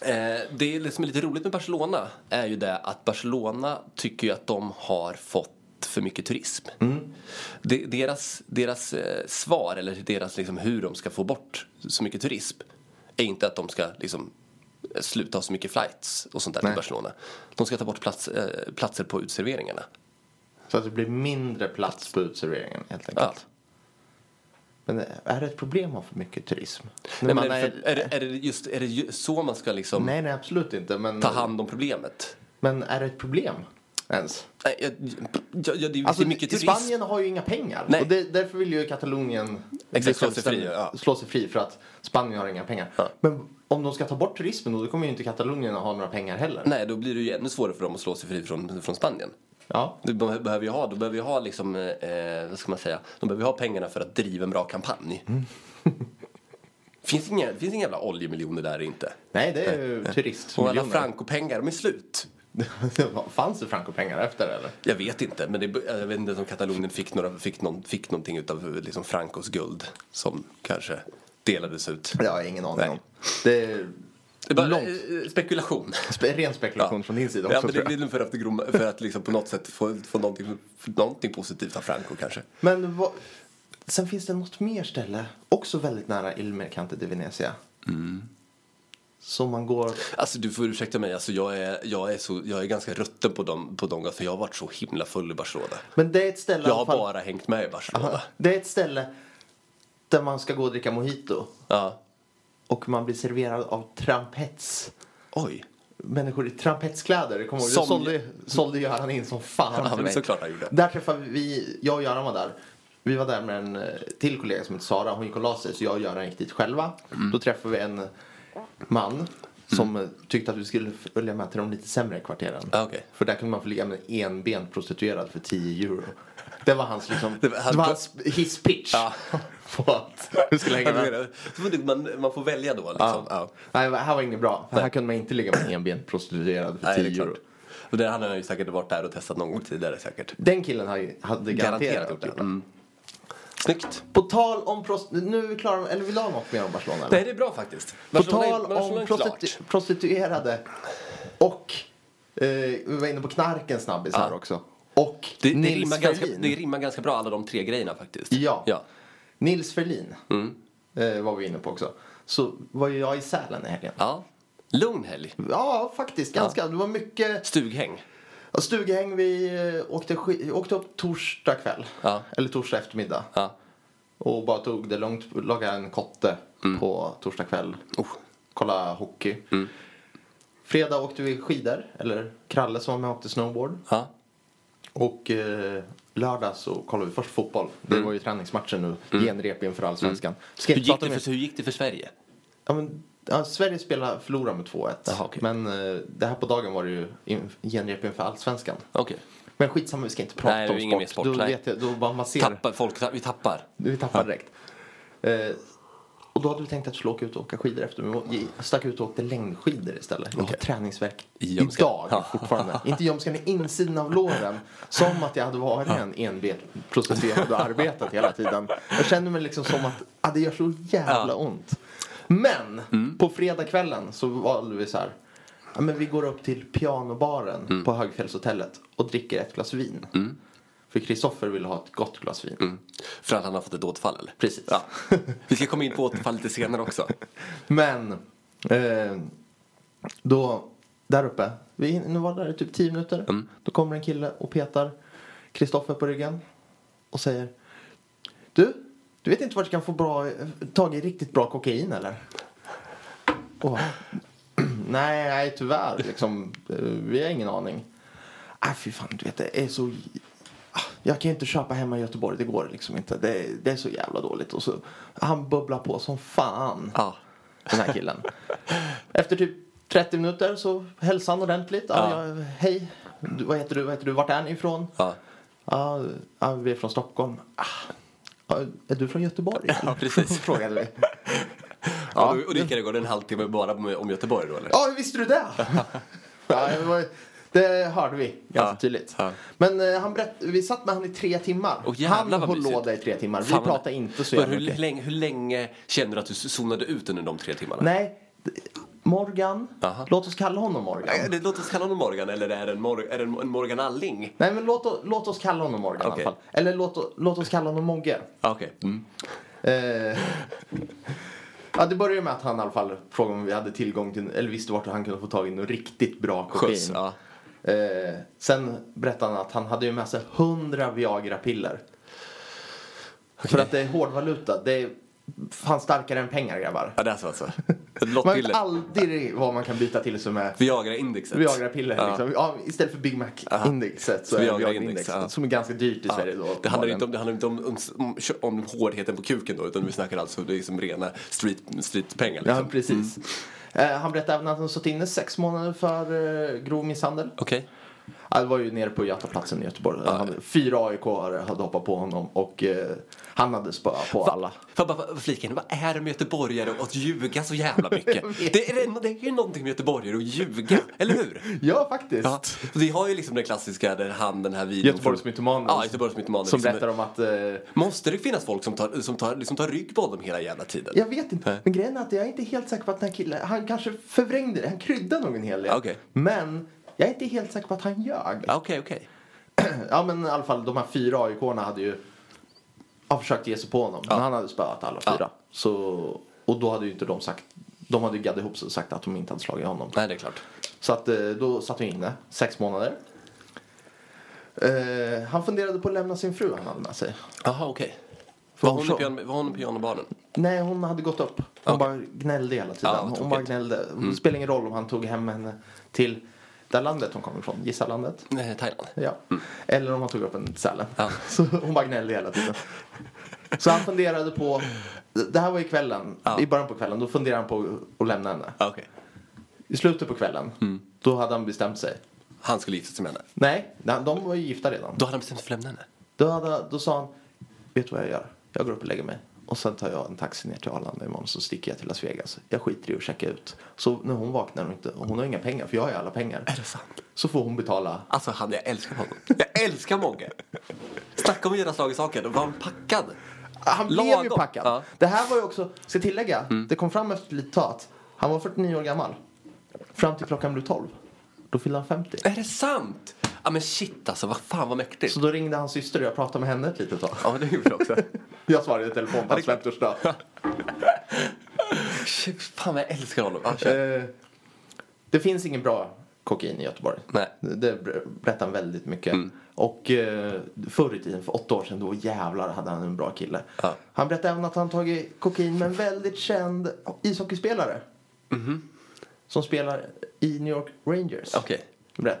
[SPEAKER 5] eh, det som är lite roligt med Barcelona är ju det att Barcelona tycker ju att de har fått för mycket turism. De, deras deras eh, svar, eller deras liksom, hur de ska få bort så mycket turism är inte att de ska liksom, sluta ha så mycket flights och sånt där till Barcelona. De ska ta bort plats, eh, platser på utserveringarna.
[SPEAKER 4] Så att det blir mindre plats på utserveringen helt enkelt.
[SPEAKER 5] Ja.
[SPEAKER 4] Men eh, är det ett problem att ha för mycket turism? När
[SPEAKER 5] Nej,
[SPEAKER 4] man
[SPEAKER 5] men är, det
[SPEAKER 4] är-
[SPEAKER 5] för, är, det- är, det just, är det ju så man ska liksom
[SPEAKER 4] nej, nej, absolut inte. Men,
[SPEAKER 5] ta hand om problemet?
[SPEAKER 4] men är det ett problem ens?
[SPEAKER 5] Nej, jag, jag, jag, det är
[SPEAKER 4] Alltså,
[SPEAKER 5] alltså, mycket
[SPEAKER 4] i
[SPEAKER 5] turism.
[SPEAKER 4] Spanien har ju inga pengar.
[SPEAKER 5] Nej.
[SPEAKER 4] Och det, därför vill ju Katalonien bli
[SPEAKER 5] slå sig
[SPEAKER 4] självständig-
[SPEAKER 5] fri, ja.
[SPEAKER 4] slå sig fri för att Spanien har inga pengar.
[SPEAKER 5] Ja.
[SPEAKER 4] Men om de ska ta bort turismen då, då kommer ju inte Katalonien att ha några pengar heller.
[SPEAKER 5] Nej, då blir det ju ännu svårare för dem att slå sig fri från, från Spanien.
[SPEAKER 4] Ja.
[SPEAKER 5] De be- behöver ju ha, de behöver ju ha liksom, eh, vad ska man säga, de behöver ju ha pengarna för att driva en bra kampanj.
[SPEAKER 4] Mm.
[SPEAKER 5] finns inga, finns inga jävla oljemiljoner där inte.
[SPEAKER 4] Nej, det är ju
[SPEAKER 5] Och alla
[SPEAKER 4] turistmiljoner.
[SPEAKER 5] frankopengar, de är slut.
[SPEAKER 4] Fanns det francopengar efter eller?
[SPEAKER 5] Jag vet inte, men det, jag vet inte om Katalonien fick, några, fick, någon, fick någonting utav liksom Francos guld som kanske delades ut.
[SPEAKER 4] Det har jag ingen aning
[SPEAKER 5] Nej.
[SPEAKER 4] om. Det är
[SPEAKER 5] Det är bara
[SPEAKER 4] långt.
[SPEAKER 5] eh, spekulation.
[SPEAKER 4] Spe- ren spekulation från din sida
[SPEAKER 5] ja,
[SPEAKER 4] också
[SPEAKER 5] men det
[SPEAKER 4] tror
[SPEAKER 5] blir
[SPEAKER 4] jag.
[SPEAKER 5] nog för att, groma- för att liksom på något sätt få, få någonting, få någonting positivt av Franco kanske.
[SPEAKER 4] Men vad... sen finns det något mer ställe, också väldigt nära Il Mercante di Venezia.
[SPEAKER 5] Mm.
[SPEAKER 4] Som man går...
[SPEAKER 5] Alltså du får ursäkta mig, alltså, jag, är, jag, är så, jag är ganska rutten på dem, på dem gatorna, för jag har varit så himla full i Barcelona.
[SPEAKER 4] Men det är ett ställe i
[SPEAKER 5] Jag
[SPEAKER 4] alla
[SPEAKER 5] har
[SPEAKER 4] fall-
[SPEAKER 5] bara hängt med i Barcelona.
[SPEAKER 4] Aha. Det är ett ställe där man ska gå och dricka mojito.
[SPEAKER 5] Ja.
[SPEAKER 4] Och man blir serverad av trampets.
[SPEAKER 5] Oj.
[SPEAKER 4] Människor i trampetskläder. Kommer ihåg,
[SPEAKER 5] Som-
[SPEAKER 4] det sålde, sålde Göran in som fan
[SPEAKER 5] Ja,
[SPEAKER 4] till
[SPEAKER 5] men
[SPEAKER 4] mig.
[SPEAKER 5] såklart han gjorde.
[SPEAKER 4] Där träffade vi, jag och Göran var där. Vi var där med en eh, till kollega som hette Sara. Hon gick och la sig så jag och Göran gick dit själva.
[SPEAKER 5] Mm.
[SPEAKER 4] Då träffade vi en man som eh, tyckte att vi skulle följa med till de lite sämre kvarteren.
[SPEAKER 5] Ja, Ah, okej.
[SPEAKER 4] För där kunde man få ligga med en enbent prostituerad för 10 euro. Det var hans liksom, det
[SPEAKER 5] Det var- han-
[SPEAKER 4] var hans, his pitch.
[SPEAKER 5] Ja.
[SPEAKER 4] på att vi skulle hänga med.
[SPEAKER 5] Så får du- Man, man får välja då liksom. Ja.
[SPEAKER 4] Nej, det här var inget bra. För här kunde man inte ligga med en enbent prostituerad för
[SPEAKER 5] Nej, det
[SPEAKER 4] 10
[SPEAKER 5] är
[SPEAKER 4] euro.
[SPEAKER 5] klart. Och där hade han ju säkert varit där och testat någon gång tidigare säkert.
[SPEAKER 4] Den killen hade hade garanterat gjort det.
[SPEAKER 5] Mm. Snyggt.
[SPEAKER 4] På tal om prostituerade, nu är vi klara, eller vill du ha något mer om Barcelona? eller?
[SPEAKER 5] Nej, det är bra faktiskt.
[SPEAKER 4] På
[SPEAKER 5] Barcelona är-
[SPEAKER 4] tal
[SPEAKER 5] Barcelona
[SPEAKER 4] om
[SPEAKER 5] är klart.
[SPEAKER 4] prostitu- prostituerade och, eh, vi var inne på knarken snabbis här också. Och
[SPEAKER 5] Det, det,
[SPEAKER 4] Nils
[SPEAKER 5] rimmar ganska,
[SPEAKER 4] Ferlin.
[SPEAKER 5] det rimmar ganska bra alla de tre grejerna faktiskt.
[SPEAKER 4] Ja.
[SPEAKER 5] ja. Mm.
[SPEAKER 4] Nils Ferlin eh, var vi inne på också. Så var ju jag i Sälen i helgen.
[SPEAKER 5] ja. Lugn helg.
[SPEAKER 4] Ja, faktiskt. Ganska. Det var mycket
[SPEAKER 5] Stughäng.
[SPEAKER 4] Ja, Stughäng, vi eh, åkte, sk- åkte upp torsdag kväll.
[SPEAKER 5] Ja.
[SPEAKER 4] Eller torsdag eftermiddag.
[SPEAKER 5] Ja.
[SPEAKER 4] Och bara tog det långt, lagade en kotte
[SPEAKER 5] Mm.
[SPEAKER 4] på torsdag kväll.
[SPEAKER 5] Oh.
[SPEAKER 4] Kolla hockey. Fredag åkte vi skidor, eller Kralle som var med åkte snowboard.
[SPEAKER 5] Ja.
[SPEAKER 4] Och eh, lördag så kollade vi först fotboll. Det var ju träningsmatchen nu. Genrep inför Allsvenskan. Ska
[SPEAKER 5] Mm. Hur
[SPEAKER 4] inte
[SPEAKER 5] gick,
[SPEAKER 4] prata
[SPEAKER 5] det
[SPEAKER 4] mer-
[SPEAKER 5] för, hur gick det för Sverige?
[SPEAKER 4] Ja, men, ja, Sverige spelade, förlorade med 2-1.
[SPEAKER 5] Jaha, okej.
[SPEAKER 4] Men eh, det här på dagen var det ju in, genrep inför Allsvenskan.
[SPEAKER 5] Okej.
[SPEAKER 4] Men skitsamma, vi ska inte prata
[SPEAKER 5] Nej, det är
[SPEAKER 4] om
[SPEAKER 5] ingen
[SPEAKER 4] sport.
[SPEAKER 5] mer sport,
[SPEAKER 4] Då,
[SPEAKER 5] nej.
[SPEAKER 4] vet jag, då bara man ser,
[SPEAKER 5] Tappar, folk, ta- vi tappar.
[SPEAKER 4] vi tappar direkt. Eh, och då hade vi tänkt att vi skulle åka ut och åka skidor efter, men vi stack ut och åkte längdskidor istället. Jag har träningsvärk
[SPEAKER 5] I ljumsken.
[SPEAKER 4] idag fortfarande. inte ljumsken, i insidan av låren. Som att jag hade varit en enbent prostituerad och arbetat hela tiden. Jag känner mig liksom som att ah, det gör så jävla ont. Men
[SPEAKER 5] Mm.
[SPEAKER 4] på fredagskvällen så valde vi så här. Ja, men vi går upp till pianobaren
[SPEAKER 5] Mm.
[SPEAKER 4] på Högfjällshotellet och dricker ett glas vin. För Kristoffer ville ha ett gott glas vin.
[SPEAKER 5] Mm. För att han har fått ett återfall eller?
[SPEAKER 4] Precis.
[SPEAKER 5] Ja. Vi ska komma in på återfall lite senare också.
[SPEAKER 4] Men eh, då, där uppe, vi nu var där i typ 10 minuter. Då kommer en kille och petar Kristoffer på ryggen och säger Du, du vet inte vart du kan få bra, tag i riktigt bra kokain eller? Och, nej, nej, tyvärr liksom, eh, vi har ingen aning. Nej, fy fan, du vet det är så Ah, jag kan ju inte köpa hemma i Göteborg, det går liksom inte. Det, är- det är så jävla dåligt. Och så, han bubblar på som fan
[SPEAKER 5] Ja.
[SPEAKER 4] den här killen. Efter typ 30 minuter så hälsade han ordentligt. Ja. jag, hej, du, vad heter du? Vad heter du? Vart är ni ifrån?
[SPEAKER 5] Ja.
[SPEAKER 4] Ja, ja, vi är från Stockholm. Ah, ja, är du från Göteborg?
[SPEAKER 5] Ja, precis.
[SPEAKER 4] Frågade vi.
[SPEAKER 5] Ja. Och Rickard går det en halvtimme bara om- om Göteborg då eller?
[SPEAKER 4] Ja, hur visste du det? ja, det, var, det hörde vi ganska
[SPEAKER 5] Ja.
[SPEAKER 4] tydligt.
[SPEAKER 5] Ja.
[SPEAKER 4] Men eh, han berätt, vi satt med han i tre timmar.
[SPEAKER 5] Åh, jävlar,
[SPEAKER 4] han
[SPEAKER 5] vad
[SPEAKER 4] höll
[SPEAKER 5] mysigt.
[SPEAKER 4] låda i tre timmar. Vi
[SPEAKER 5] Fan, vad-
[SPEAKER 4] pratade inte så
[SPEAKER 5] Men
[SPEAKER 4] jävla
[SPEAKER 5] hur,
[SPEAKER 4] mycket.
[SPEAKER 5] länge, hur länge känner du att du zonade ut under de tre timmarna?
[SPEAKER 4] Nej, d- Morgan.
[SPEAKER 5] Aha.
[SPEAKER 4] Låt oss kalla honom Morgan.
[SPEAKER 5] Ja, det- Låt oss kalla honom Morgan, eller är det en, Mor- är det en Morgan Alling?
[SPEAKER 4] Nej, men låt, o- låt oss kalla honom Morgan i alla
[SPEAKER 5] Okej.
[SPEAKER 4] fall. Eller låt, låt oss kalla honom Mogge.
[SPEAKER 5] Ja, Okej. Mm.
[SPEAKER 4] Eh, ja, det började med att han i alla fall frågade om vi hade tillgång till, eller visste vart han kunde få tag i något riktigt bra kokain.
[SPEAKER 5] Skjuts, ja.
[SPEAKER 4] eh, sen berättade han att han hade ju med sig 100 Viagra-piller. För att det är hårdvaluta. Det är fan starkare än pengar, grabbar.
[SPEAKER 5] Ja, det är så alltså.
[SPEAKER 4] Man vet
[SPEAKER 5] Lottpiller.
[SPEAKER 4] aldrig vad man kan byta till sig med
[SPEAKER 5] Viagra-indexet.
[SPEAKER 4] Viagra-piller.
[SPEAKER 5] Ja.
[SPEAKER 4] Liksom. Ja, istället för Big Mac-indexet så är det
[SPEAKER 5] Viagra-index,
[SPEAKER 4] Viagra-indexet.
[SPEAKER 5] ja.
[SPEAKER 4] Som är ganska dyrt i Sverige då.
[SPEAKER 5] Det handlar
[SPEAKER 4] uppenbarligen.
[SPEAKER 5] inte om, det handlar inte om, om, om, om hårdheten på kuken då, utan vi snackar alltså om det är liksom rena street, streetpengar. Liksom. Mm.
[SPEAKER 4] Ja, precis. Eh, han berättade även att han suttit inne sex månader för eh, grov misshandel.
[SPEAKER 5] Okej.
[SPEAKER 4] Ja, det var ju nere på Götaplatsen i Göteborg. Han, fyra AIK-are hade hoppat på honom och eh, han hade spöat på alla.
[SPEAKER 5] Får jag bara flika in, vad är det med göteborgare och att ljuga så jävla mycket?
[SPEAKER 4] vet.
[SPEAKER 5] det, är, det- det är ju någonting med göteborgare och ljuga, eller hur?
[SPEAKER 4] Ja, faktiskt.
[SPEAKER 5] Ja, vi har ju liksom den klassiska, där han den här videon
[SPEAKER 4] Göteborgsmytomanen.
[SPEAKER 5] Ja, Göteborgsmytomanen.
[SPEAKER 4] Som
[SPEAKER 5] liksom.
[SPEAKER 4] berättar om att... Eh,
[SPEAKER 5] Måste det finnas folk som tar, som tar, liksom tar rygg på honom hela jävla tiden?
[SPEAKER 4] jag vet inte.
[SPEAKER 5] Nej.
[SPEAKER 4] Men grejen är att jag är inte helt säker på att den här killen, han kanske förvrängde det. Han kryddade nog en hel del.
[SPEAKER 5] Okej.
[SPEAKER 4] Men jag är inte helt säker på att han ljög.
[SPEAKER 5] Ja, Okej, okej.
[SPEAKER 4] Ja men i alla fall de här fyra AIK-arna hade ju ja, försökt ge sig på honom. Men han hade spöat alla fyra. Så, och då hade ju inte de sagt, de hade ju gaddat ihop sig och sagt att de inte hade slagit honom.
[SPEAKER 5] Nej, det är klart.
[SPEAKER 4] Så att eh, då satt vi inne sex månader. Eh, han funderade på att lämna sin fru han hade med sig.
[SPEAKER 5] Jaha, okej.
[SPEAKER 4] För
[SPEAKER 5] Var hon,
[SPEAKER 4] hon
[SPEAKER 5] i
[SPEAKER 4] så-
[SPEAKER 5] pian- var hon i pianobaren?
[SPEAKER 4] Nej, hon hade gått upp. Hon
[SPEAKER 5] Okej.
[SPEAKER 4] bara gnällde hela tiden.
[SPEAKER 5] Ja,
[SPEAKER 4] hon
[SPEAKER 5] tråkigt. Mm.
[SPEAKER 4] bara gnällde. Det spelar ingen roll om han tog hem henne till det landet hon kom ifrån. Gissa landet.
[SPEAKER 5] Nej, Eh, Thailand.
[SPEAKER 4] Ja. Eller om han tog upp en sälen.
[SPEAKER 5] Mm. Ja.
[SPEAKER 4] Så hon bara gnällde hela tiden. Så han funderade på, det här var ju kvällen, i början på kvällen, då funderade han på att lämna henne.
[SPEAKER 5] Ja, Okej.
[SPEAKER 4] I slutet på kvällen,
[SPEAKER 5] Mm.
[SPEAKER 4] då hade han bestämt sig.
[SPEAKER 5] Han skulle gifta sig med henne.
[SPEAKER 4] Nej, nej, de var ju gifta redan.
[SPEAKER 5] Då hade han bestämt sig för att lämna henne.
[SPEAKER 4] Då, hade, då sa han, vet du vad jag gör? Jag går upp och lägger mig. Och sen tar jag en taxi ner till Arlanda imorgon så sticker jag till Las Vegas. Jag skiter i att checka ut. Så när hon vaknar och inte, och hon har inga pengar för jag har ju alla pengar.
[SPEAKER 5] Är det sant?
[SPEAKER 4] Så får hon betala
[SPEAKER 5] Alltså, han, jag älskar honom. Jag älskar Mogge. Snacka om att göra slag i saken. Var han packad?
[SPEAKER 4] Ah, Han blev ju
[SPEAKER 5] Lagom.
[SPEAKER 4] packad.
[SPEAKER 5] Ja. Mm.
[SPEAKER 4] Det här var ju också, ska tillägga, det kom fram efter lite tag att han var 49 år gammal. Fram till klockan blev 12. Då fyllde han 50.
[SPEAKER 5] Är det sant? Ja, men shit alltså. Vad fan vad mäktigt.
[SPEAKER 4] Så då ringde hans syster och jag pratade med henne ett litet tag.
[SPEAKER 5] Ja, det gjorde jag också.
[SPEAKER 4] Jag svarade i telefon på hans
[SPEAKER 5] det är klart.
[SPEAKER 4] 50-årsdag.
[SPEAKER 5] Shit, fan vad jag älskar honom. Ja, kör.
[SPEAKER 4] Eh, Det finns ingen bra kokain i Göteborg.
[SPEAKER 5] Nej. Mm.
[SPEAKER 4] Det- Det ber- berättar han väldigt mycket. Och eh, förr i tiden, för åtta år sedan, då jävlar hade han en bra kille.
[SPEAKER 5] Ja.
[SPEAKER 4] Han berättade även att han tagit kokain med en väldigt känd ishockeyspelare.
[SPEAKER 5] Mhm.
[SPEAKER 4] Som spelar i New York Rangers.
[SPEAKER 5] Okej.
[SPEAKER 4] Berätt.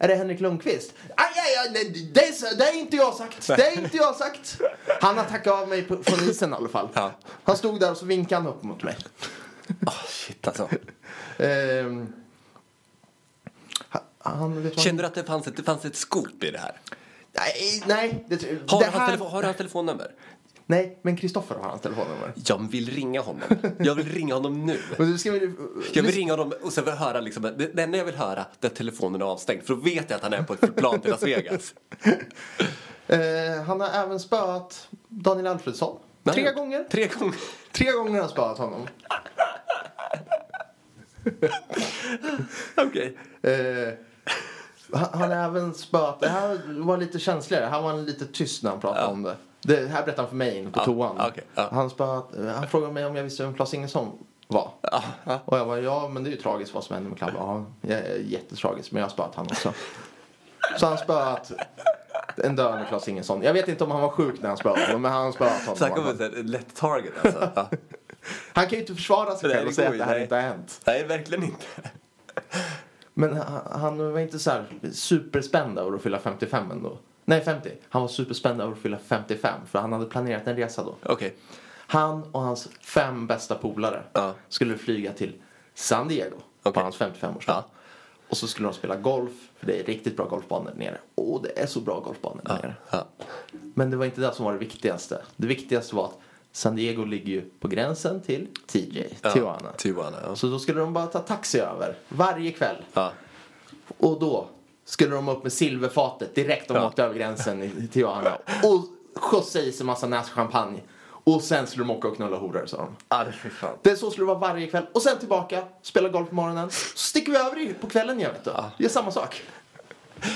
[SPEAKER 4] Är det Henrik Lundqvist? Aj, aj, aj, nej, det, är så- det är inte jag sagt. Det är inte jag sagt. Han har tackat av mig på, från isen i alla fall.
[SPEAKER 5] Ja.
[SPEAKER 4] Han stod där och så vinkade han upp mot mig.
[SPEAKER 5] Ah, shit alltså.
[SPEAKER 4] Ehm, ha- han, vet vad
[SPEAKER 5] Känner
[SPEAKER 4] han,
[SPEAKER 5] du att det fanns ett, det fanns ett scoop i det här?
[SPEAKER 4] nej, nej. Det,
[SPEAKER 5] Har,
[SPEAKER 4] det
[SPEAKER 5] du hans
[SPEAKER 4] här-
[SPEAKER 5] telefon, har du hans telefonnummer?
[SPEAKER 4] Nej, men Kristoffer har hans telefonnummer.
[SPEAKER 5] Jag vill ringa honom. Jag vill ringa honom nu.
[SPEAKER 4] Och du ska väl-
[SPEAKER 5] Jag vill ringa honom och sen vill jag höra liksom, det det enda jag vill höra det är att telefonen är avstängd för då vet jag att han är på ett plan till Las Vegas.
[SPEAKER 4] Eh, han har även spöat Daniel Alfredsson.
[SPEAKER 5] Nej.
[SPEAKER 4] Tre gånger.
[SPEAKER 5] Tre gånger.
[SPEAKER 4] Tre gånger har han spöat honom.
[SPEAKER 5] Okej.
[SPEAKER 4] Eh, han han har även spöat... Det här var lite känsligare. Han var lite tyst när han pratade om det. Det här berättade han för mig inne på
[SPEAKER 5] Ja,
[SPEAKER 4] toan.
[SPEAKER 5] okej, ja.
[SPEAKER 4] Han, spöat, eh, han frågade mig om jag visste vem Claes Ingesson var. Och jag var ja men det är ju tragiskt vad som hände med Clabbe. Ja, ja, ja, jättetragiskt. Men jag har spöat han också. Så han spöat en döende Claes Ingesson. Jag vet inte om han var sjuk när han spöade honom, men han har spöat honom.
[SPEAKER 5] Snacka om ett så här lätt target alltså. Ja.
[SPEAKER 4] Han kan ju inte försvara sig
[SPEAKER 5] Nej,
[SPEAKER 4] själv
[SPEAKER 5] det
[SPEAKER 4] och säga
[SPEAKER 5] går ju,
[SPEAKER 4] att det här
[SPEAKER 5] nej.
[SPEAKER 4] inte har hänt.
[SPEAKER 5] Nej, verkligen inte.
[SPEAKER 4] Men han, han var inte så här superspänd över att fylla 55 ändå. Nej, 50. Han var superspänd över att fylla 55 för han hade planerat en resa då.
[SPEAKER 5] Okej.
[SPEAKER 4] Han och hans fem bästa polare
[SPEAKER 5] Ja.
[SPEAKER 4] skulle flyga till San Diego på
[SPEAKER 5] Okej.
[SPEAKER 4] hans 55-årsdag.
[SPEAKER 5] Ja.
[SPEAKER 4] Och så skulle de spela golf, för det är riktigt bra golfbanor där nere. Åh, det är så bra golfbanor där nere.
[SPEAKER 5] Ja.
[SPEAKER 4] Men det var inte det som var det viktigaste. Det viktigaste var att San Diego ligger ju på gränsen till TJ, Tijuana.
[SPEAKER 5] Tijuana, ja.
[SPEAKER 4] Så då skulle de bara ta taxi över varje kväll.
[SPEAKER 5] Ja.
[SPEAKER 4] Och då skulle de upp med silverfatet direkt de
[SPEAKER 5] Ja.
[SPEAKER 4] åkte över gränsen i- till Johanna. Och skjutsa i sig massa näschampagne. Och sen skulle de åka och knulla horor sa de.
[SPEAKER 5] Ja, det fy fan.
[SPEAKER 4] Det så skulle det vara varje kväll. Och sen tillbaka, spela golf på morgonen. Så sticker vi över i- på kvällen igen vet du. Det är samma sak.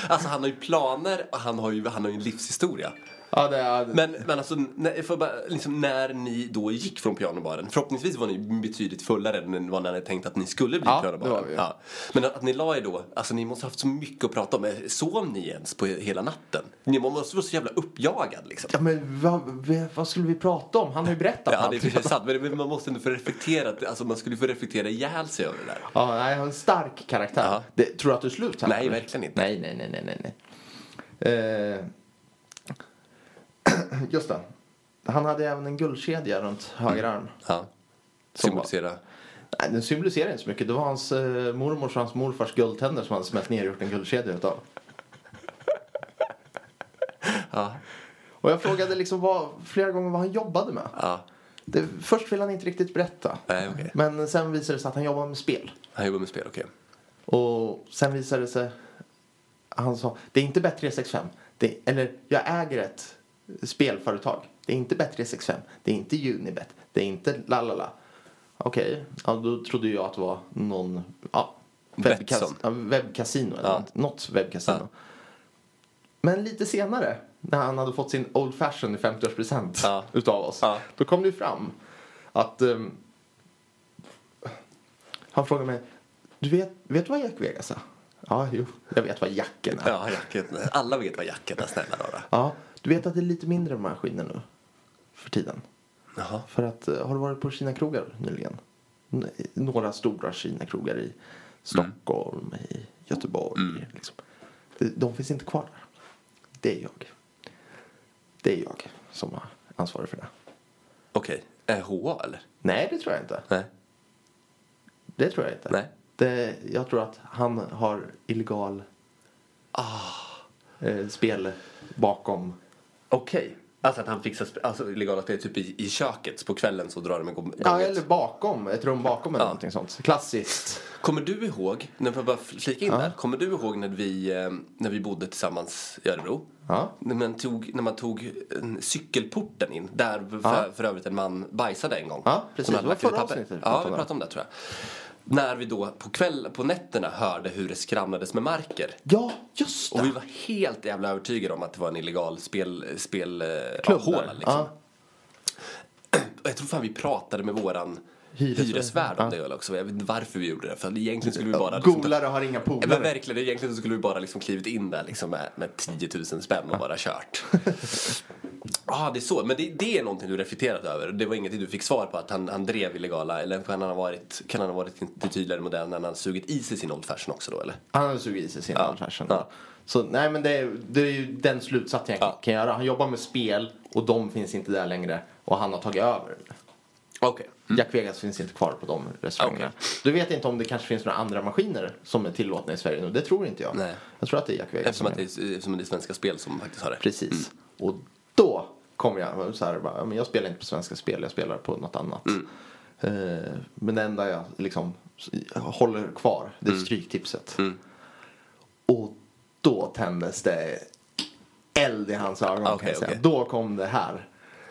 [SPEAKER 5] Alltså han har ju planer och han har ju, han har ju en livshistoria.
[SPEAKER 4] Ja, det är...
[SPEAKER 5] Men, men alltså, när, för bara, liksom, när ni då gick från pianobaren, förhoppningsvis var ni betydligt fullare än vad ni hade tänkt att ni skulle bli
[SPEAKER 4] Ja,
[SPEAKER 5] i pianobaren.
[SPEAKER 4] det var vi.
[SPEAKER 5] Ja. Men att ni la er då, alltså ni måste ha haft så mycket att prata om. Eh, Sov ni ens på hela natten? Ni måste vara så jävla uppjagad liksom.
[SPEAKER 4] Ja, men vad, vad skulle vi prata om? Han har ju berättat
[SPEAKER 5] Ja, det är i och
[SPEAKER 4] allt.
[SPEAKER 5] för sig sant, men men man måste ändå få reflektera, alltså man skulle få reflektera ihjäl sig över det där.
[SPEAKER 4] Ja, nej, han har en stark karaktär.
[SPEAKER 5] Ja.
[SPEAKER 4] Det, tror du att du är slut här?
[SPEAKER 5] Nej, verkligen inte.
[SPEAKER 4] Nej, nej, nej, nej, nej. nej. Eh, just det. Han hade även en guldkedja runt höger
[SPEAKER 5] Mm.
[SPEAKER 4] arm.
[SPEAKER 5] Ja.
[SPEAKER 4] Som
[SPEAKER 5] Symbolisera.
[SPEAKER 4] Nej, den symboliserar inte så mycket. Det var hans eh, mormors och hans morfars guldtänder som han smält ner och gjort en guldkedja utav.
[SPEAKER 5] Ja.
[SPEAKER 4] Och jag frågade liksom vad, flera gånger vad han jobbade med.
[SPEAKER 5] Ja.
[SPEAKER 4] Det, först ville han inte riktigt berätta.
[SPEAKER 5] Nej, okej.
[SPEAKER 4] Men sen visade det sig att han jobbade med spel.
[SPEAKER 5] Han jobbar med spel, okej.
[SPEAKER 4] Och sen visade det sig... Han sa, det är inte Bet365. Det, eller, jag äger ett spelföretag. Det är inte Bet365. Det är inte Unibet. Det är inte lalala. Okej, ja, då trodde jag att det var någon... Ja,
[SPEAKER 5] Betsson.
[SPEAKER 4] webbkas, ja, webbkasino eller
[SPEAKER 5] Ja.
[SPEAKER 4] något. Något webbkasino. Men lite senare, när han hade fått sin Old Fashion i 50-årspresent
[SPEAKER 5] Ja.
[SPEAKER 4] utav oss,
[SPEAKER 5] Ja.
[SPEAKER 4] då kom det ju fram Att... ehm, han frågar mig, du vet, vet du vad Jack Vegas är? Ja, jo, jag vet vad jacken är.
[SPEAKER 5] Ja, jacket. Alla vet vad jacket är, snälla rara.
[SPEAKER 4] Ja, du vet att det är lite mindre maskiner nu för tiden.
[SPEAKER 5] Jaha.
[SPEAKER 4] För att, eh, har du varit på Kina-krogar nyligen? N- Några stora Kina-krogar i Stockholm,
[SPEAKER 5] Mm.
[SPEAKER 4] i Göteborg. Liksom. De, de finns inte kvar. Det är jag. Det är jag som är ansvarig för det.
[SPEAKER 5] Okej. Är HA eller?
[SPEAKER 4] Nej, det tror jag inte.
[SPEAKER 5] Nej.
[SPEAKER 4] Det tror jag inte.
[SPEAKER 5] Nej.
[SPEAKER 4] Det, jag tror att han har illegal
[SPEAKER 5] Ah.
[SPEAKER 4] eh, spel bakom.
[SPEAKER 5] Okej. Alltså att han fixar, sp- alltså illegala spel typ i, i köket på kvällen så drar de igång.
[SPEAKER 4] Ja, eller bakom. Ett rum bakom eller någonting sånt. Klassiskt.
[SPEAKER 5] Kommer du ihåg, när jag bara flika in där, kommer du ihåg när vi, eh, när vi bodde tillsammans i Örebro?
[SPEAKER 4] Ja.
[SPEAKER 5] När man tog, när man tog eh, cykelporten in, där för, för övrigt en man bajsade en gång.
[SPEAKER 4] Ja, precis.
[SPEAKER 5] Som hade
[SPEAKER 4] Det var
[SPEAKER 5] lagt i
[SPEAKER 4] förra
[SPEAKER 5] papper.
[SPEAKER 4] avsnittet vi
[SPEAKER 5] Ja,
[SPEAKER 4] pratade
[SPEAKER 5] vi
[SPEAKER 4] om.
[SPEAKER 5] pratade om det tror jag. När vi då på, kväll, på nätterna hörde hur det skramlades med marker.
[SPEAKER 4] Ja, just
[SPEAKER 5] Och vi
[SPEAKER 4] det.
[SPEAKER 5] var helt jävla övertygade om att det var en illegal spel, spel eh, ja,
[SPEAKER 4] Klubb
[SPEAKER 5] håla,
[SPEAKER 4] där.
[SPEAKER 5] liksom.
[SPEAKER 4] Ja.
[SPEAKER 5] Och jag tror fan vi pratade med våran
[SPEAKER 4] Hyresvärd.
[SPEAKER 5] hyresvärd om det också. Jag vet inte varför vi gjorde det. För egentligen skulle vi bara... liksom
[SPEAKER 4] Golare har inga polare.
[SPEAKER 5] Ja, Men verkligen, egentligen så skulle vi bara liksom klivit in där liksom med, med 10 000 spänn och bara kört. Ja, ah, det är så. Men det, det är någonting du reflekterat över. Det var ingenting du fick svar på att han, han drev illegala. Eller kan han ha varit, kan han ha varit lite tydligare med det när han sugit i sig sin old fashion också då eller?
[SPEAKER 4] Han hade sugit i sig sin old fashion.
[SPEAKER 5] Ja.
[SPEAKER 4] Så nej men det är, det är ju den slutsatsen jag
[SPEAKER 5] Ja.
[SPEAKER 4] kan göra. Han jobbar med spel och de finns inte där längre. Och han har tagit över.
[SPEAKER 5] Mm. Okej.
[SPEAKER 4] Jack Vegas finns inte kvar på de restaurangerna.
[SPEAKER 5] Okej.
[SPEAKER 4] Du vet inte om det kanske finns några andra maskiner som är tillåtna i Sverige nu. Det tror inte jag.
[SPEAKER 5] Nej.
[SPEAKER 4] Jag tror att det är Jack Vegas
[SPEAKER 5] Eftersom,
[SPEAKER 4] som
[SPEAKER 5] att det är, eftersom det är Svenska Spel som faktiskt har det.
[SPEAKER 4] Precis.
[SPEAKER 5] Mm.
[SPEAKER 4] Och då kom jag så här, bara, "Ja, men jag spelar inte på Svenska Spel, jag spelar på något annat.
[SPEAKER 5] Mm.
[SPEAKER 4] Eh, men det enda jag liksom s- håller kvar, det
[SPEAKER 5] Mm.
[SPEAKER 4] är stryktipset. Och då tändes det eld i hans ögon kan
[SPEAKER 5] Okej,
[SPEAKER 4] jag säga.
[SPEAKER 5] okej.
[SPEAKER 4] Då kom det här.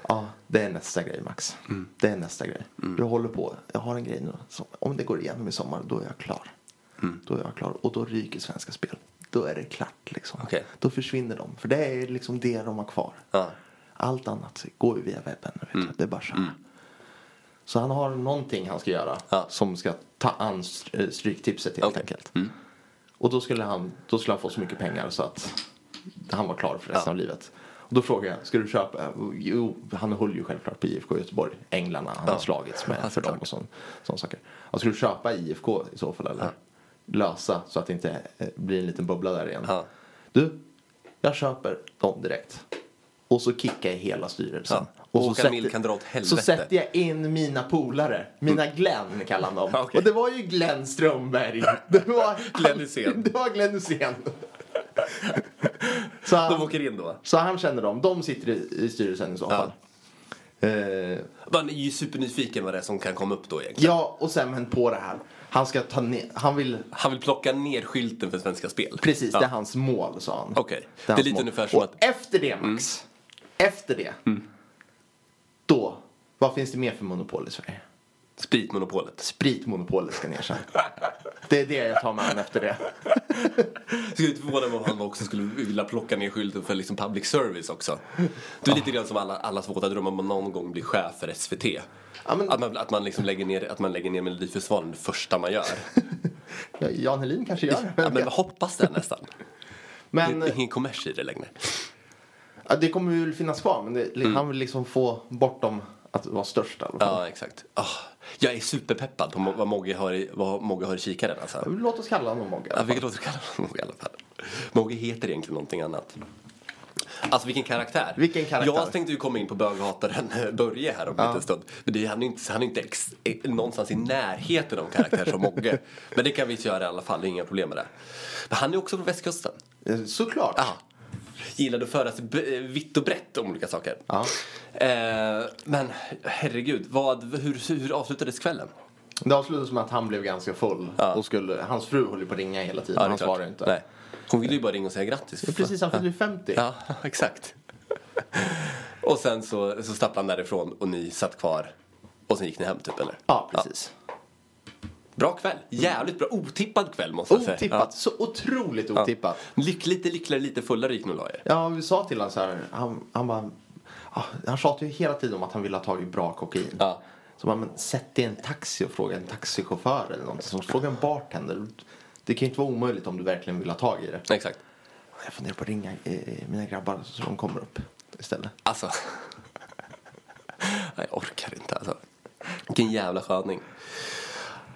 [SPEAKER 4] Ja, det är nästa grej Max.
[SPEAKER 5] Mm.
[SPEAKER 4] Det är nästa grej. Jag håller på, jag har en grej nu. Så om det går igenom i sommar, då är jag klar.
[SPEAKER 5] Mm.
[SPEAKER 4] Då är jag klar och då ryker Svenska Spel. Då är det klart liksom.
[SPEAKER 5] Okej.
[SPEAKER 4] Då försvinner de. För det är liksom det de har kvar.
[SPEAKER 5] Ja. Mm.
[SPEAKER 4] Allt annat går ju via webben. Vet du. Det är bara så här. Så han har någonting han ska göra.
[SPEAKER 5] Ja.
[SPEAKER 4] Som ska ta an stry- eh, stryktipset helt
[SPEAKER 5] Okej. Mm.
[SPEAKER 4] enkelt. Och då skulle, han, då skulle han få så mycket pengar så att han var klar för resten av livet. Och då frågade jag, ska du köpa? Jo, han höll ju självklart på IFK Göteborg. Änglarna, han har slagits med för dem och sådana saker. Ja, ska du köpa IFK i så fall eller? Lösa så att det inte eh, blir en liten bubbla där igen.
[SPEAKER 5] Ja.
[SPEAKER 4] Du, jag köper dem direkt. Och så kickar jag hela styrelsen.
[SPEAKER 5] Ja. Håkan Mild kan dra åt
[SPEAKER 4] så
[SPEAKER 5] helvete.
[SPEAKER 4] sätter jag in mina polare, mina Glenn kallar han dem.
[SPEAKER 5] Ja, okej.
[SPEAKER 4] Och det var ju Glenn Strömberg. Det var
[SPEAKER 5] Glenn Hysén.
[SPEAKER 4] Det var Glenn Hysén. Så
[SPEAKER 5] De
[SPEAKER 4] han,
[SPEAKER 5] åker in då.
[SPEAKER 4] så han känner dem. De sitter i, i styrelsen i så fall. Eh,
[SPEAKER 5] Man är ju supernyfiken vad det är som kan komma upp då egentligen.
[SPEAKER 4] ja, och sen men på det här. Han ska ta ner, han vill,
[SPEAKER 5] Han vill plocka ner skylten för Svenska Spel.
[SPEAKER 4] precis
[SPEAKER 5] ja.
[SPEAKER 4] det är hans mål sa han.
[SPEAKER 5] Okej. Det är
[SPEAKER 4] hans
[SPEAKER 5] lite
[SPEAKER 4] mål.
[SPEAKER 5] ungefär som
[SPEAKER 4] och
[SPEAKER 5] att- Mm.
[SPEAKER 4] efter det Max, efter det. Då, vad finns det mer för monopol i Sverige?
[SPEAKER 5] Spritmonopolet.
[SPEAKER 4] Spritmonopolet ska ner sen. Det är det jag tar med mig efter det.
[SPEAKER 5] Skulle inte förvåna mig om han också skulle vilja plocka ner skylten för liksom public service också. Det är lite grann som alla, allas våta dröm om att någon gång bli chef för SVT.
[SPEAKER 4] Ja, men-
[SPEAKER 5] Att man, att man, liksom lägger, ner, att man lägger ner Melodifestivalen det första man gör.
[SPEAKER 4] Ja, Jan Helin kanske gör det.
[SPEAKER 5] Ja, men jag hoppas det nästan.
[SPEAKER 4] Men
[SPEAKER 5] det är ingen kommers i det längre.
[SPEAKER 4] ja, det kommer väl finnas kvar. Men det,
[SPEAKER 5] Mm.
[SPEAKER 4] han vill liksom få bort dem att vara störst i alla fall.
[SPEAKER 5] Ja, exakt. Ah, jag är superpeppad på mo- vad Mogge har i, vad Mogge har i kikaren alltså.
[SPEAKER 4] Låt oss kalla honom Mogge.
[SPEAKER 5] Ja, vi låter kalla honom Mogge i alla fall. Mogge heter egentligen någonting annat. Alltså vilken karaktär.
[SPEAKER 4] Vilken karaktär.
[SPEAKER 5] Jag tänkte ju komma in på böghataren eh, Börje här om en liten stund. Men det, är- han är inte, han är inte ex, eh, någonstans i närheten av en karaktär som Mogge. Men det kan vi inte göra i alla fall, det är inga problem med det. Men han är också från västkusten.
[SPEAKER 4] Eh, Såklart.
[SPEAKER 5] Ah, gillade att föra sig b- eh, vitt och brett om olika saker.
[SPEAKER 4] Ja.
[SPEAKER 5] Eh, men herregud, vad, hur, hur avslutades kvällen?
[SPEAKER 4] Det avslutades med att han blev ganska full. Och skulle, hans fru höll ju på att ringa hela tiden.
[SPEAKER 5] det är
[SPEAKER 4] han
[SPEAKER 5] klart.
[SPEAKER 4] svarade inte.
[SPEAKER 5] Nej. Hon ville ju bara ringa och säga grattis.
[SPEAKER 4] Det är Precis, han fyllde ju 50.
[SPEAKER 5] Ja, exakt. och sen så, så stapplade han därifrån och ni satt kvar. Och sen gick ni hem typ eller?
[SPEAKER 4] Ja, precis.
[SPEAKER 5] Bra kväll. Jävligt bra. Otippad kväll måste jag säga.
[SPEAKER 4] Otippat. Så otroligt
[SPEAKER 5] Ja.
[SPEAKER 4] otippat.
[SPEAKER 5] Ja. Lyck, lite lyckligare, lite fullare gick nog Lager.
[SPEAKER 4] Ja, vi sa till honom så här. Han, han bara... ah, Han tjatade ju hela tiden om att han ville ha tagit bra kokain.
[SPEAKER 5] Ja.
[SPEAKER 4] Så bara, men sätt dig i en taxi och fråga en taxichaufför eller någonting. sånt. Fråga en bartender. Det kan ju inte vara omöjligt om du verkligen vill ha tag i det.
[SPEAKER 5] Exakt.
[SPEAKER 4] Jag funderar på att ringa eh, mina grabbar så de kommer upp istället.
[SPEAKER 5] Alltså. Nej, jag orkar inte alltså. Vilken jävla sköning.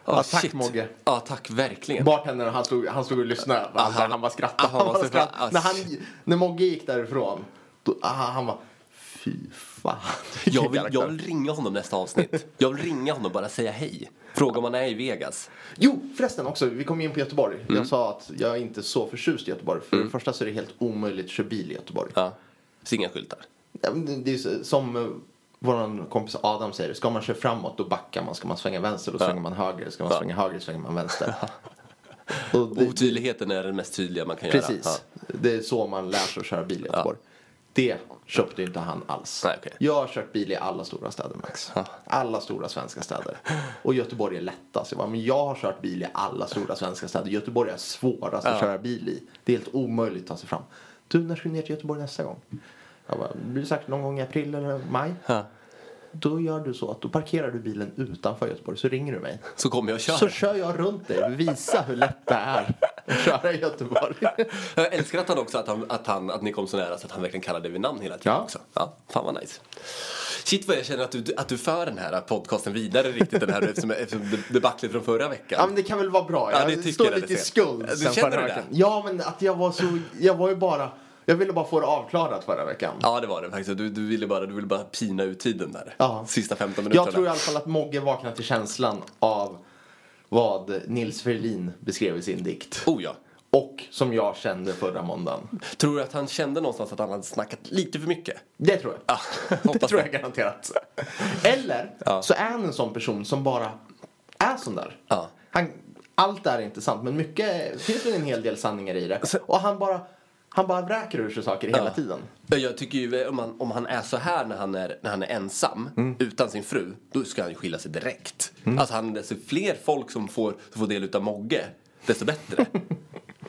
[SPEAKER 5] Åh,
[SPEAKER 4] Ja, tack,
[SPEAKER 5] shit.
[SPEAKER 4] Mogge.
[SPEAKER 5] Ja, tack verkligen.
[SPEAKER 4] Bartendern han stod, han stod och lyssnade. Han,
[SPEAKER 5] Aha.
[SPEAKER 4] han, bara skrattade.
[SPEAKER 5] Aha,
[SPEAKER 4] han bara
[SPEAKER 5] så-
[SPEAKER 4] skrattade.
[SPEAKER 5] ah,
[SPEAKER 4] När, han,
[SPEAKER 5] shit.
[SPEAKER 4] när Mogge gick därifrån, då, ah, han bara fy fan. vilken
[SPEAKER 5] Jag vill, jag
[SPEAKER 4] karaktär."
[SPEAKER 5] vill ringa honom nästa avsnitt. Jag vill ringa honom och bara säga hej. Fråga om han är i Vegas.
[SPEAKER 4] Jo, förresten också, vi kom in på Göteborg. Jag sa att jag är inte så förtjust i Göteborg. För det första så är det helt omöjligt att köra bil i Göteborg.
[SPEAKER 5] Ja. Finns inga skyltar.
[SPEAKER 4] Ja, men Det det är ju så- som eh, vår kompis Adam säger, ska man köra framåt då backar man. Ska man svänga vänster då svänger man höger. Ska man
[SPEAKER 5] Ja.
[SPEAKER 4] svänga höger svänger man vänster. Och det,
[SPEAKER 5] Otydligheten är den mest tydliga man kan göra.
[SPEAKER 4] precis,
[SPEAKER 5] Ja.
[SPEAKER 4] det är så man lär sig att köra bil i Göteborg. Det köpte ju inte han alls.
[SPEAKER 5] Nej, okej.
[SPEAKER 4] Jag har kört bil i alla stora städer Max. Alla stora svenska städer. Och Göteborg är lättast. Jag, bara, men jag har kört bil i alla stora svenska städer. Göteborg är svårast att köra bil i. Det är helt omöjligt att ta sig fram. Du, när ska du ner till Göteborg nästa gång? Jag bara, det blir säkert någon gång i april eller maj. Då gör du så att då parkerar du bilen utanför Göteborg så ringer du mig.
[SPEAKER 5] Så kommer jag och kör.
[SPEAKER 4] Så kör jag runt dig. Visa hur lätt det är att köra i Göteborg.
[SPEAKER 5] Jag älskar att han också att, han, att, han, att ni kom så nära så att han verkligen kallade dig vid namn hela tiden
[SPEAKER 4] Ja.
[SPEAKER 5] också. Ja, fan vad nice. Shit vad jag känner att du, att du för den här podcasten vidare riktigt den här eftersom, eftersom det- debaclet från förra veckan.
[SPEAKER 4] Ja men det kan väl vara bra.
[SPEAKER 5] Ja,
[SPEAKER 4] Jag
[SPEAKER 5] det tycker
[SPEAKER 4] står
[SPEAKER 5] jag det
[SPEAKER 4] lite i
[SPEAKER 5] ser.
[SPEAKER 4] skuld.
[SPEAKER 5] Du
[SPEAKER 4] sen
[SPEAKER 5] känner
[SPEAKER 4] förra
[SPEAKER 5] det?
[SPEAKER 4] veckan. Ja men att jag var så, jag var ju bara, jag ville bara få det avklarat förra veckan.
[SPEAKER 5] Ja, det var det faktiskt. Du, du, ville bara, du ville bara pina ut tiden där.
[SPEAKER 4] Ja.
[SPEAKER 5] Sista 15 minuterna.
[SPEAKER 4] Jag tror i alla fall att Mogge vaknade till känslan av vad Nils Ferlin beskrev i sin dikt.
[SPEAKER 5] Oh ja.
[SPEAKER 4] Och som jag kände förra måndagen.
[SPEAKER 5] Tror du att han kände någonstans att han hade snackat lite för mycket?
[SPEAKER 4] Det tror jag.
[SPEAKER 5] Ja, hoppas
[SPEAKER 4] det tror
[SPEAKER 5] det.
[SPEAKER 4] jag garanterat. Eller så är han en sån person som bara är sån där.
[SPEAKER 5] Ja.
[SPEAKER 4] Han, allt är inte sant men mycket, finns väl en hel del sanningar i det. Och han bara, han bara vräker ur sig saker hela tiden.
[SPEAKER 5] Jag tycker ju om han, om han är så här när han är, när han är ensam
[SPEAKER 4] Mm.
[SPEAKER 5] utan sin fru, då ska han ju skilja sig direkt. Alltså han, desto fler folk som får, som får del av Mogge, desto bättre.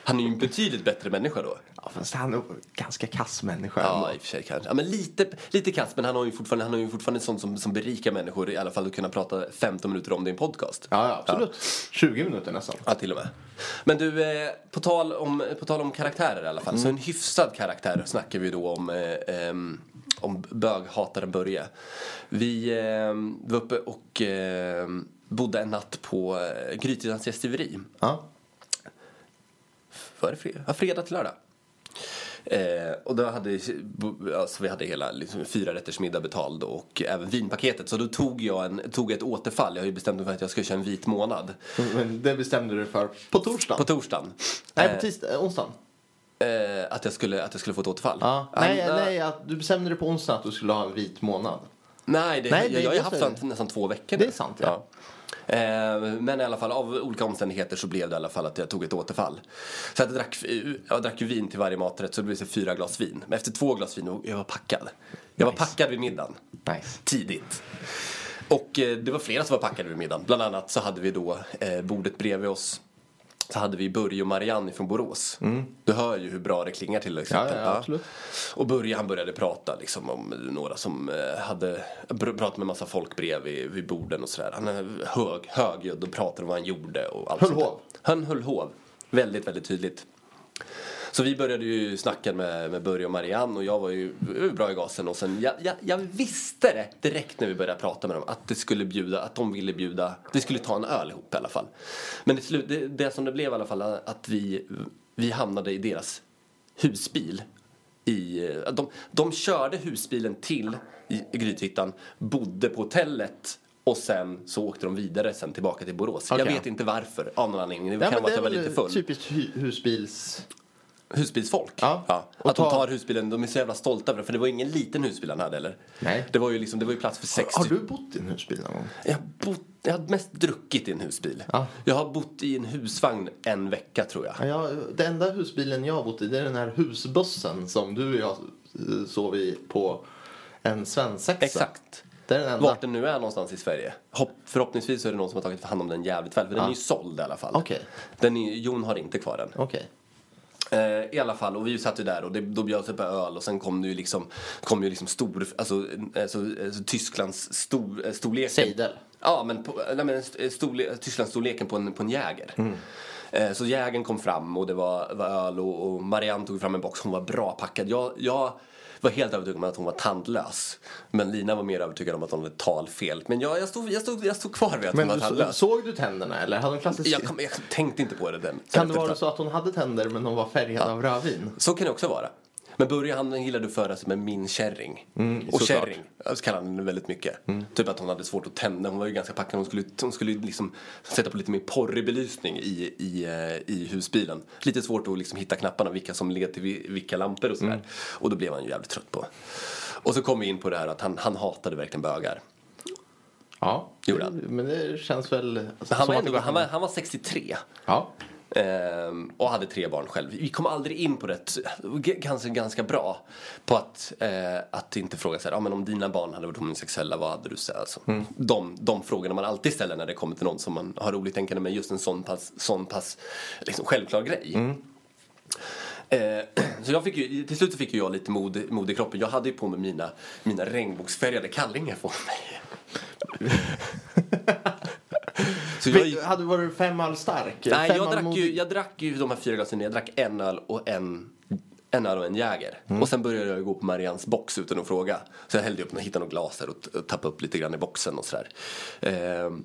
[SPEAKER 5] han är ju en betydligt bättre människa då.
[SPEAKER 4] Ja, fast han är en ganska kass människa. ändå.
[SPEAKER 5] Ja, i och för sig kanske. Ja, men lite, lite kast, men han har ju fortfarande, han har ju fortfarande sånt som, som berikar människor, i alla fall att kunna prata 15 minuter om det i en podcast.
[SPEAKER 4] ja, ja absolut. 20 minuter nästan.
[SPEAKER 5] Ja, till och med. Men du, eh, på, tal om, på tal om karaktärer i alla fall. Så en hyfsad karaktär snackar vi då om, eh, ehm, om böghataren Börje. Vi eh, var uppe och eh, bodde en natt på eh, Grythyttans gästgiveri.
[SPEAKER 4] Ja.
[SPEAKER 5] Var det fredag? Ja, fredag till lördag. Eh, och då hade alltså vi hade hela liksom, fyra rätters middag betald och även vinpaketet. Så då tog jag en, tog ett återfall. Jag har ju bestämt mig för att jag ska köra en vit månad.
[SPEAKER 4] Men det bestämde du för på torsdagen?
[SPEAKER 5] På torsdagen.
[SPEAKER 4] nej, på tisdag, eh, onsdagen.
[SPEAKER 5] Eh, att, jag skulle, att jag skulle få ett återfall?
[SPEAKER 4] Ja.
[SPEAKER 5] Ja,
[SPEAKER 4] nej,
[SPEAKER 5] men, eh,
[SPEAKER 4] nej, att du bestämde dig på onsdagen att du skulle ha en vit månad.
[SPEAKER 5] nej, det,
[SPEAKER 4] Nej,
[SPEAKER 5] jag,
[SPEAKER 4] det-
[SPEAKER 5] jag har ju
[SPEAKER 4] det
[SPEAKER 5] haft
[SPEAKER 4] så är
[SPEAKER 5] sånt nästan två veckor
[SPEAKER 4] Det
[SPEAKER 5] nu.
[SPEAKER 4] är sant, ja.
[SPEAKER 5] Eh, men i alla fall, av olika omständigheter så blev det i alla fall att jag tog ett återfall. Så att jag, drack, jag drack ju vin till varje maträtt så det blev så fyra glas vin. Men efter två glas vin, jag var packad. Jag var packad vid middagen.
[SPEAKER 4] Nice.
[SPEAKER 5] Tidigt. Och eh, det var flera som var packade vid middagen. Bland annat så hade vi då eh, bordet bredvid oss. Så hade vi Börje och Marianne från Borås. Du hör ju hur bra det klingar till exempel.
[SPEAKER 4] Mm. Ja, ja, ja, absolut.
[SPEAKER 5] Och Börje han började prata liksom om några som eh, hade pr- pratat med massa folk bredvid vid borden och sådär. Han är hög, högljudd och pratade om vad han gjorde och allt
[SPEAKER 4] Höll
[SPEAKER 5] sånt där.
[SPEAKER 4] hov.
[SPEAKER 5] Han höll hov. Väldigt, väldigt tydligt. Så vi började ju snacka med, med Börje och Marianne och jag var ju jag var bra i gasen och sen jag, jag, jag visste det direkt när vi började prata med dem att det skulle bjuda, att de ville bjuda, vi skulle ta en öl ihop i alla fall. Men det, slut, det, det som det blev i alla fall att vi, vi hamnade i deras husbil. I, eh, de, de körde husbilen till i- i Grythyttan, bodde på hotellet och sen så åkte de vidare sen tillbaka till Borås. Jag
[SPEAKER 4] Okej.
[SPEAKER 5] vet inte varför, av någon anledning. Det
[SPEAKER 4] Ja,
[SPEAKER 5] kan
[SPEAKER 4] men
[SPEAKER 5] vara
[SPEAKER 4] det
[SPEAKER 5] att
[SPEAKER 4] är
[SPEAKER 5] jag var
[SPEAKER 4] väl typ
[SPEAKER 5] lite full
[SPEAKER 4] typiskt hu- husbils...
[SPEAKER 5] husbilsfolk.
[SPEAKER 4] Ja. Och
[SPEAKER 5] Att de
[SPEAKER 4] ta-
[SPEAKER 5] tar husbilen, de är så jävla stolta över det. För det var ingen liten husbil han hade eller?
[SPEAKER 4] Nej.
[SPEAKER 5] Det var ju liksom, det var ju plats för 60.
[SPEAKER 4] Har du bott i en husbil någon gång?
[SPEAKER 5] Jag, har bott, jag har mest druckit i en husbil.
[SPEAKER 4] Ja.
[SPEAKER 5] Jag har bott i en husvagn en vecka tror jag.
[SPEAKER 4] Ja, jag, den enda husbilen jag har bott i det är den här husbussen som du och jag eh, sov i på en svensexa.
[SPEAKER 5] Exakt.
[SPEAKER 4] Det är den enda.
[SPEAKER 5] Vart den nu är någonstans i Sverige. Hopp, förhoppningsvis så är det någon som har tagit hand om den jävligt väl. För den är ju såld i alla fall.
[SPEAKER 4] Okej.
[SPEAKER 5] Den är, Jon har inte kvar den.
[SPEAKER 4] Okej.
[SPEAKER 5] Eh, I alla fall, och vi satt ju där och det, då bjöds det på öl och sen kom det ju liksom, kom ju liksom stor, alltså, eh, så, eh, så Tysklands stor, eh, storleken.
[SPEAKER 4] Seidel.
[SPEAKER 5] Ja, men, på, eh, nej, men st- storle, Tysklandsstorleken på en, på en Jäger.
[SPEAKER 4] Mm.
[SPEAKER 5] Eh, Så jägen kom fram och det var, var öl och, och Marianne tog fram en box. Hon var bra packad. Jag, jag var helt övertygad om att hon var tandlös. Men Lina var mer övertygad om att hon hade talfel. Men jag, jag, stod, jag, stod, jag stod kvar vid att
[SPEAKER 4] Men
[SPEAKER 5] hon
[SPEAKER 4] du,
[SPEAKER 5] var tandlös.
[SPEAKER 4] såg du tänderna eller hade hon klassisk...
[SPEAKER 5] Jag, kom, jag tänkte inte på det den.
[SPEAKER 4] kan det vara så att hon hade tänder men hon var färgad av rödvin?
[SPEAKER 5] Så kan det också vara. Men Börje gillade att föra sig med min kärring. och
[SPEAKER 4] Mm, såklart. Mm.
[SPEAKER 5] kärring jag kallar henne väldigt mycket. Typ att hon hade svårt att tända. Hon var ju ganska packad. Hon skulle, hon skulle ju liksom sätta på lite mer porrig belysning i, i, eh, i husbilen. Lite svårt att liksom hitta knapparna, vilka som leder till vi- vilka lampor och sådär.
[SPEAKER 4] Mm.
[SPEAKER 5] Och då blev han ju jävligt trött på. Och så kom vi in på det här att han, han hatade verkligen bögar.
[SPEAKER 4] Ja,
[SPEAKER 5] Gjorde han.
[SPEAKER 4] men det känns väl
[SPEAKER 5] Men han, var
[SPEAKER 4] att det
[SPEAKER 5] ändå,
[SPEAKER 4] går
[SPEAKER 5] han, var, han var 63.
[SPEAKER 4] Ja.
[SPEAKER 5] Ehm, och hade tre barn själv. Vi kom aldrig in på rätt, g- ganska, ganska bra på att, eh, att inte fråga så här, ah, men om dina barn hade varit homosexuella, vad hade du sagt? Alltså, de, de frågorna man alltid ställer när det kommer till någon som man har oliktänkande med, just en sån pass, sån pass liksom, självklar grej. Eh, Så jag fick ju, till slut så fick ju jag lite mod, mod i kroppen. Jag hade ju på mig mina, mina regnbågsfärgade kallingar på mig. så jag, gick-
[SPEAKER 4] Hade varit fem öl stark?
[SPEAKER 5] Nej,
[SPEAKER 4] fem
[SPEAKER 5] jag
[SPEAKER 4] öl
[SPEAKER 5] drack,
[SPEAKER 4] modig?
[SPEAKER 5] ju, jag drack ju de här fyra glasen. Jag drack en öl och en, en, öl och en Jäger.
[SPEAKER 4] Mm.
[SPEAKER 5] Och sen började jag gå på Marians box utan att fråga. Så jag hällde upp, hittade något glas där och, t- och tappade upp lite grann i boxen och sådär. Ehm,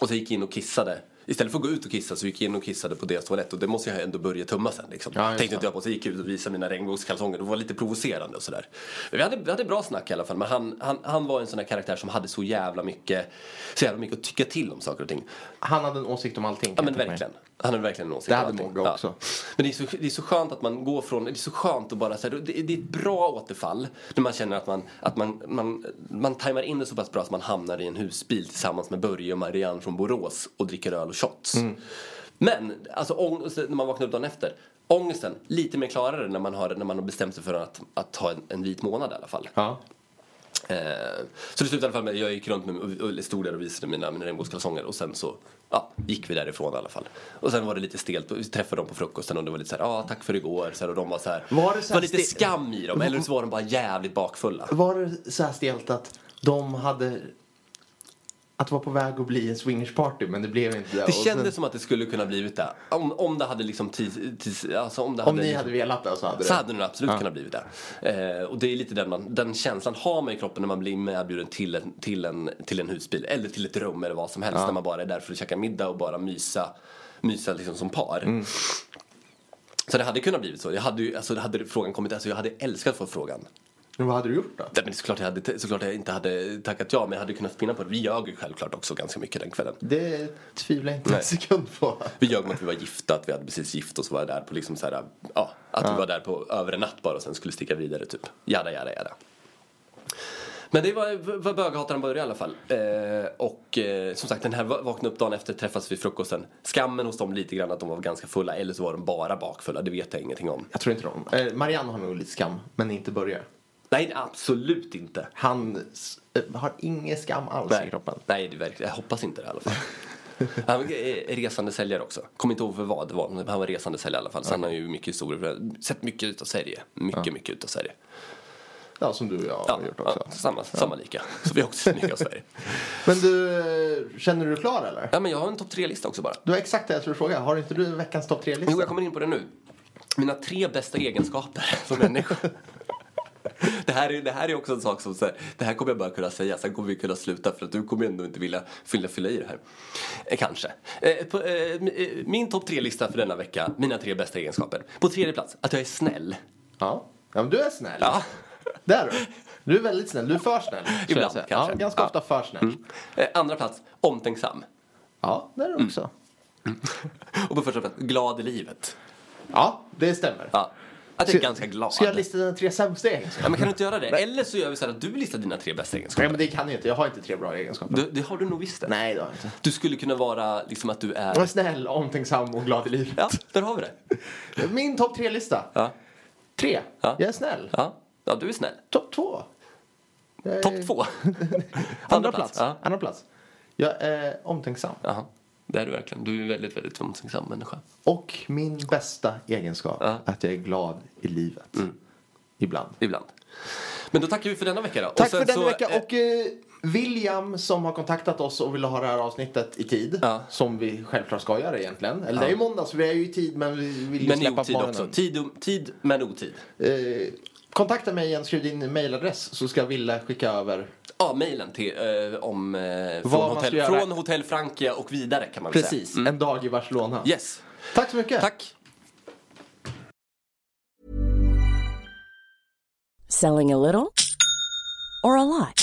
[SPEAKER 5] och så gick jag in och kissade. Istället för att gå ut och kissa så gick jag in och kissade på deras toalett och det måste jag ändå börja tumma sen liksom.
[SPEAKER 4] Ja, just
[SPEAKER 5] Tänkte inte
[SPEAKER 4] det.
[SPEAKER 5] jag på. Så gick jag ut och visade mina regnbågskalsonger. Det var lite provocerande och sådär. Men vi hade, vi hade bra snack i alla fall. Men han, han, han var en sån här karaktär som hade så jävla mycket, så jävla mycket att tycka till om saker och ting.
[SPEAKER 4] Han hade en åsikt om allting.
[SPEAKER 5] Ja
[SPEAKER 4] kan
[SPEAKER 5] men
[SPEAKER 4] jag tänka mig.
[SPEAKER 5] verkligen. Han har verkligen en åsikt
[SPEAKER 4] Det
[SPEAKER 5] om
[SPEAKER 4] hade
[SPEAKER 5] allting.
[SPEAKER 4] Mogge också.
[SPEAKER 5] Men det är, så, det är så skönt att man går från, det är så skönt att bara säga, det, det är ett bra återfall när man känner att man, att man, man, man tajmar in det så pass bra att man hamnar i en husbil tillsammans med Börje och Marianne från Borås och dricker öl och shots.
[SPEAKER 4] Mm.
[SPEAKER 5] Men, alltså ångest, när man vaknar upp dagen efter, ångesten, lite mer klarare när man har, när man har bestämt sig för att, att ta en, en vit månad i alla fall.
[SPEAKER 4] Ja.
[SPEAKER 5] Eh, så det slutade i alla fall med att jag gick runt med, och, och stod där och visade mina, mina regnbågskalsonger och sen så ja, gick vi därifrån i alla fall. Och sen var det lite stelt, vi träffade dem på frukosten och det var lite så här, ja ah, tack för igår, så här, och de var så här,
[SPEAKER 4] Var det så här
[SPEAKER 5] lite
[SPEAKER 4] ste-
[SPEAKER 5] skam i dem eller så var de bara jävligt bakfulla.
[SPEAKER 4] Var det så här stelt att de hade... Att vara på väg att bli en swingersparty men det blev inte det.
[SPEAKER 5] Det
[SPEAKER 4] Och
[SPEAKER 5] kändes
[SPEAKER 4] sen,
[SPEAKER 5] som att det skulle kunna blivit det. Om, om det hade liksom tids, tids, alltså om det
[SPEAKER 4] Om
[SPEAKER 5] hade
[SPEAKER 4] ni
[SPEAKER 5] liksom,
[SPEAKER 4] hade velat det så hade
[SPEAKER 5] Så
[SPEAKER 4] det.
[SPEAKER 5] hade det nog absolut kunnat blivit det. Eh, och det är lite den, man, den känslan har man i kroppen när man blir medbjuden till en, till, en, till en husbil eller till ett rum eller vad som helst. När man bara är där för att käka middag och bara mysa, mysa liksom som par.
[SPEAKER 4] Mm.
[SPEAKER 5] Så det hade kunnat blivit så. Jag hade ju, alltså, hade frågan kommit, alltså, jag hade älskat att få frågan.
[SPEAKER 4] Men vad hade du gjort då?
[SPEAKER 5] Nej, men såklart, jag hade, såklart jag inte hade tackat ja, men jag hade kunnat spinna på det. Vi ljög ju självklart också ganska mycket den kvällen.
[SPEAKER 4] Det tvivlar jag inte
[SPEAKER 5] Nej.
[SPEAKER 4] en sekund på.
[SPEAKER 5] Vi ljög om att vi var gifta, att vi hade precis gift oss och var där på liksom så här, ja, att vi var där på över en natt bara och sen skulle sticka vidare typ. Jada, jada, jada. Men det var, var böghataren började i alla fall. Eh, och eh, som sagt, den här va- vaknade upp dagen efter, träffas vid frukosten. Skammen hos dem lite grann att de var ganska fulla, eller så var de bara bakfulla, det vet jag ingenting om.
[SPEAKER 4] Jag tror inte de. Eh, Marianne har nog lite skam, men inte Börje.
[SPEAKER 5] Nej, absolut inte.
[SPEAKER 4] Han s- eh, har ingen skam alls i kroppen.
[SPEAKER 5] Nej, det verkar, jag hoppas inte det i alla fall. Han var eh, resande säljare också. Kommer inte ihåg för vad det var. men Han var resande säljare i alla fall. Så han har ju mycket historier. för det. Sett mycket utav Sverige. Mycket, mycket utav Sverige.
[SPEAKER 4] Ja, som du och jag har gjort också.
[SPEAKER 5] ja, samma, samma lika. Så vi har också sett mycket av Sverige.
[SPEAKER 4] Men du, eh, känner du dig klar eller?
[SPEAKER 5] Ja, men jag har en topp tre-lista också bara.
[SPEAKER 4] Det var exakt det jag skulle fråga. Har inte du veckans topp tre-lista?
[SPEAKER 5] Jo, jag kommer in på det nu. Mina tre bästa egenskaper som människa. Det här, är, det här är också en sak som så här, det här kommer jag bara kunna säga, sen kommer vi kunna sluta för att du kommer ändå inte vilja fylla, fylla i det här. Eh, Kanske. Eh, på, eh, m- eh, min topp tre-lista för denna vecka, mina tre bästa egenskaper. På tredje plats, att jag är snäll.
[SPEAKER 4] Ja. ja, men du är snäll.
[SPEAKER 5] Ja.
[SPEAKER 4] Det är du. Du är väldigt snäll. Du är för snäll. skulle jag
[SPEAKER 5] Ibland,
[SPEAKER 4] säga.
[SPEAKER 5] kanske.
[SPEAKER 4] Ja, ganska
[SPEAKER 5] Ja.
[SPEAKER 4] ofta för snäll.
[SPEAKER 5] Eh, andra plats, omtänksam.
[SPEAKER 4] Ja, det är du också.
[SPEAKER 5] Och på första plats, glad i livet.
[SPEAKER 4] Ja, det stämmer.
[SPEAKER 5] Ja. Att jag är ganska glad.
[SPEAKER 4] Ska jag lista dina tre sämsta
[SPEAKER 5] ja,
[SPEAKER 4] egenskaper?
[SPEAKER 5] men kan du inte göra det? Eller så gör vi så här att du listar dina tre bästa
[SPEAKER 4] Nej,
[SPEAKER 5] egenskaper.
[SPEAKER 4] men det kan jag inte. Jag har inte tre bra egenskaper.
[SPEAKER 5] Du, det har du nog visst det.
[SPEAKER 4] Nej, det har jag inte.
[SPEAKER 5] Du skulle kunna vara liksom att du
[SPEAKER 4] Jag är
[SPEAKER 5] är...
[SPEAKER 4] snäll, omtänksam och glad i livet.
[SPEAKER 5] Ja, där har vi det.
[SPEAKER 4] Min topp tre-lista.
[SPEAKER 5] Ja.
[SPEAKER 4] Tre.
[SPEAKER 5] Ja.
[SPEAKER 4] Jag är snäll.
[SPEAKER 5] Ja, ja du är snäll.
[SPEAKER 4] Topp två. Jag är-
[SPEAKER 5] Topp två.
[SPEAKER 4] Andra plats.
[SPEAKER 5] Ja.
[SPEAKER 4] Andra plats. Jag är omtänksam.
[SPEAKER 5] Jaha. Det är du verkligen. Du är en väldigt, väldigt omtänksam människa.
[SPEAKER 4] Och min bästa egenskap,
[SPEAKER 5] Ja. Mm.
[SPEAKER 4] att jag är glad i livet. Ibland.
[SPEAKER 5] Ibland. Men då tackar vi för denna vecka då.
[SPEAKER 4] Tack
[SPEAKER 5] Och sen
[SPEAKER 4] för denna
[SPEAKER 5] så,
[SPEAKER 4] vecka
[SPEAKER 5] eh,
[SPEAKER 4] och eh, William som har kontaktat oss och vill ha det här avsnittet i tid.
[SPEAKER 5] Ja.
[SPEAKER 4] Som vi självklart ska göra egentligen. Eller det är ju måndag så vi är ju i tid men vi vill ju
[SPEAKER 5] Men i
[SPEAKER 4] släppa
[SPEAKER 5] otid
[SPEAKER 4] på
[SPEAKER 5] också.
[SPEAKER 4] morgonen.
[SPEAKER 5] Tid, och- tid men otid.
[SPEAKER 4] Eh, kontakta mig igen, skriv din mailadress så ska Wille skicka över.
[SPEAKER 5] Ja, mejlen till, eh, om, eh, från,
[SPEAKER 4] man ska
[SPEAKER 5] hotell,
[SPEAKER 4] göra.
[SPEAKER 5] från hotell Francia och vidare kan man väl säga. Mm.
[SPEAKER 4] Precis, en dag i Barcelona.
[SPEAKER 5] Yes.
[SPEAKER 4] Tack så mycket.
[SPEAKER 5] Tack.
[SPEAKER 6] Selling a little or a lot?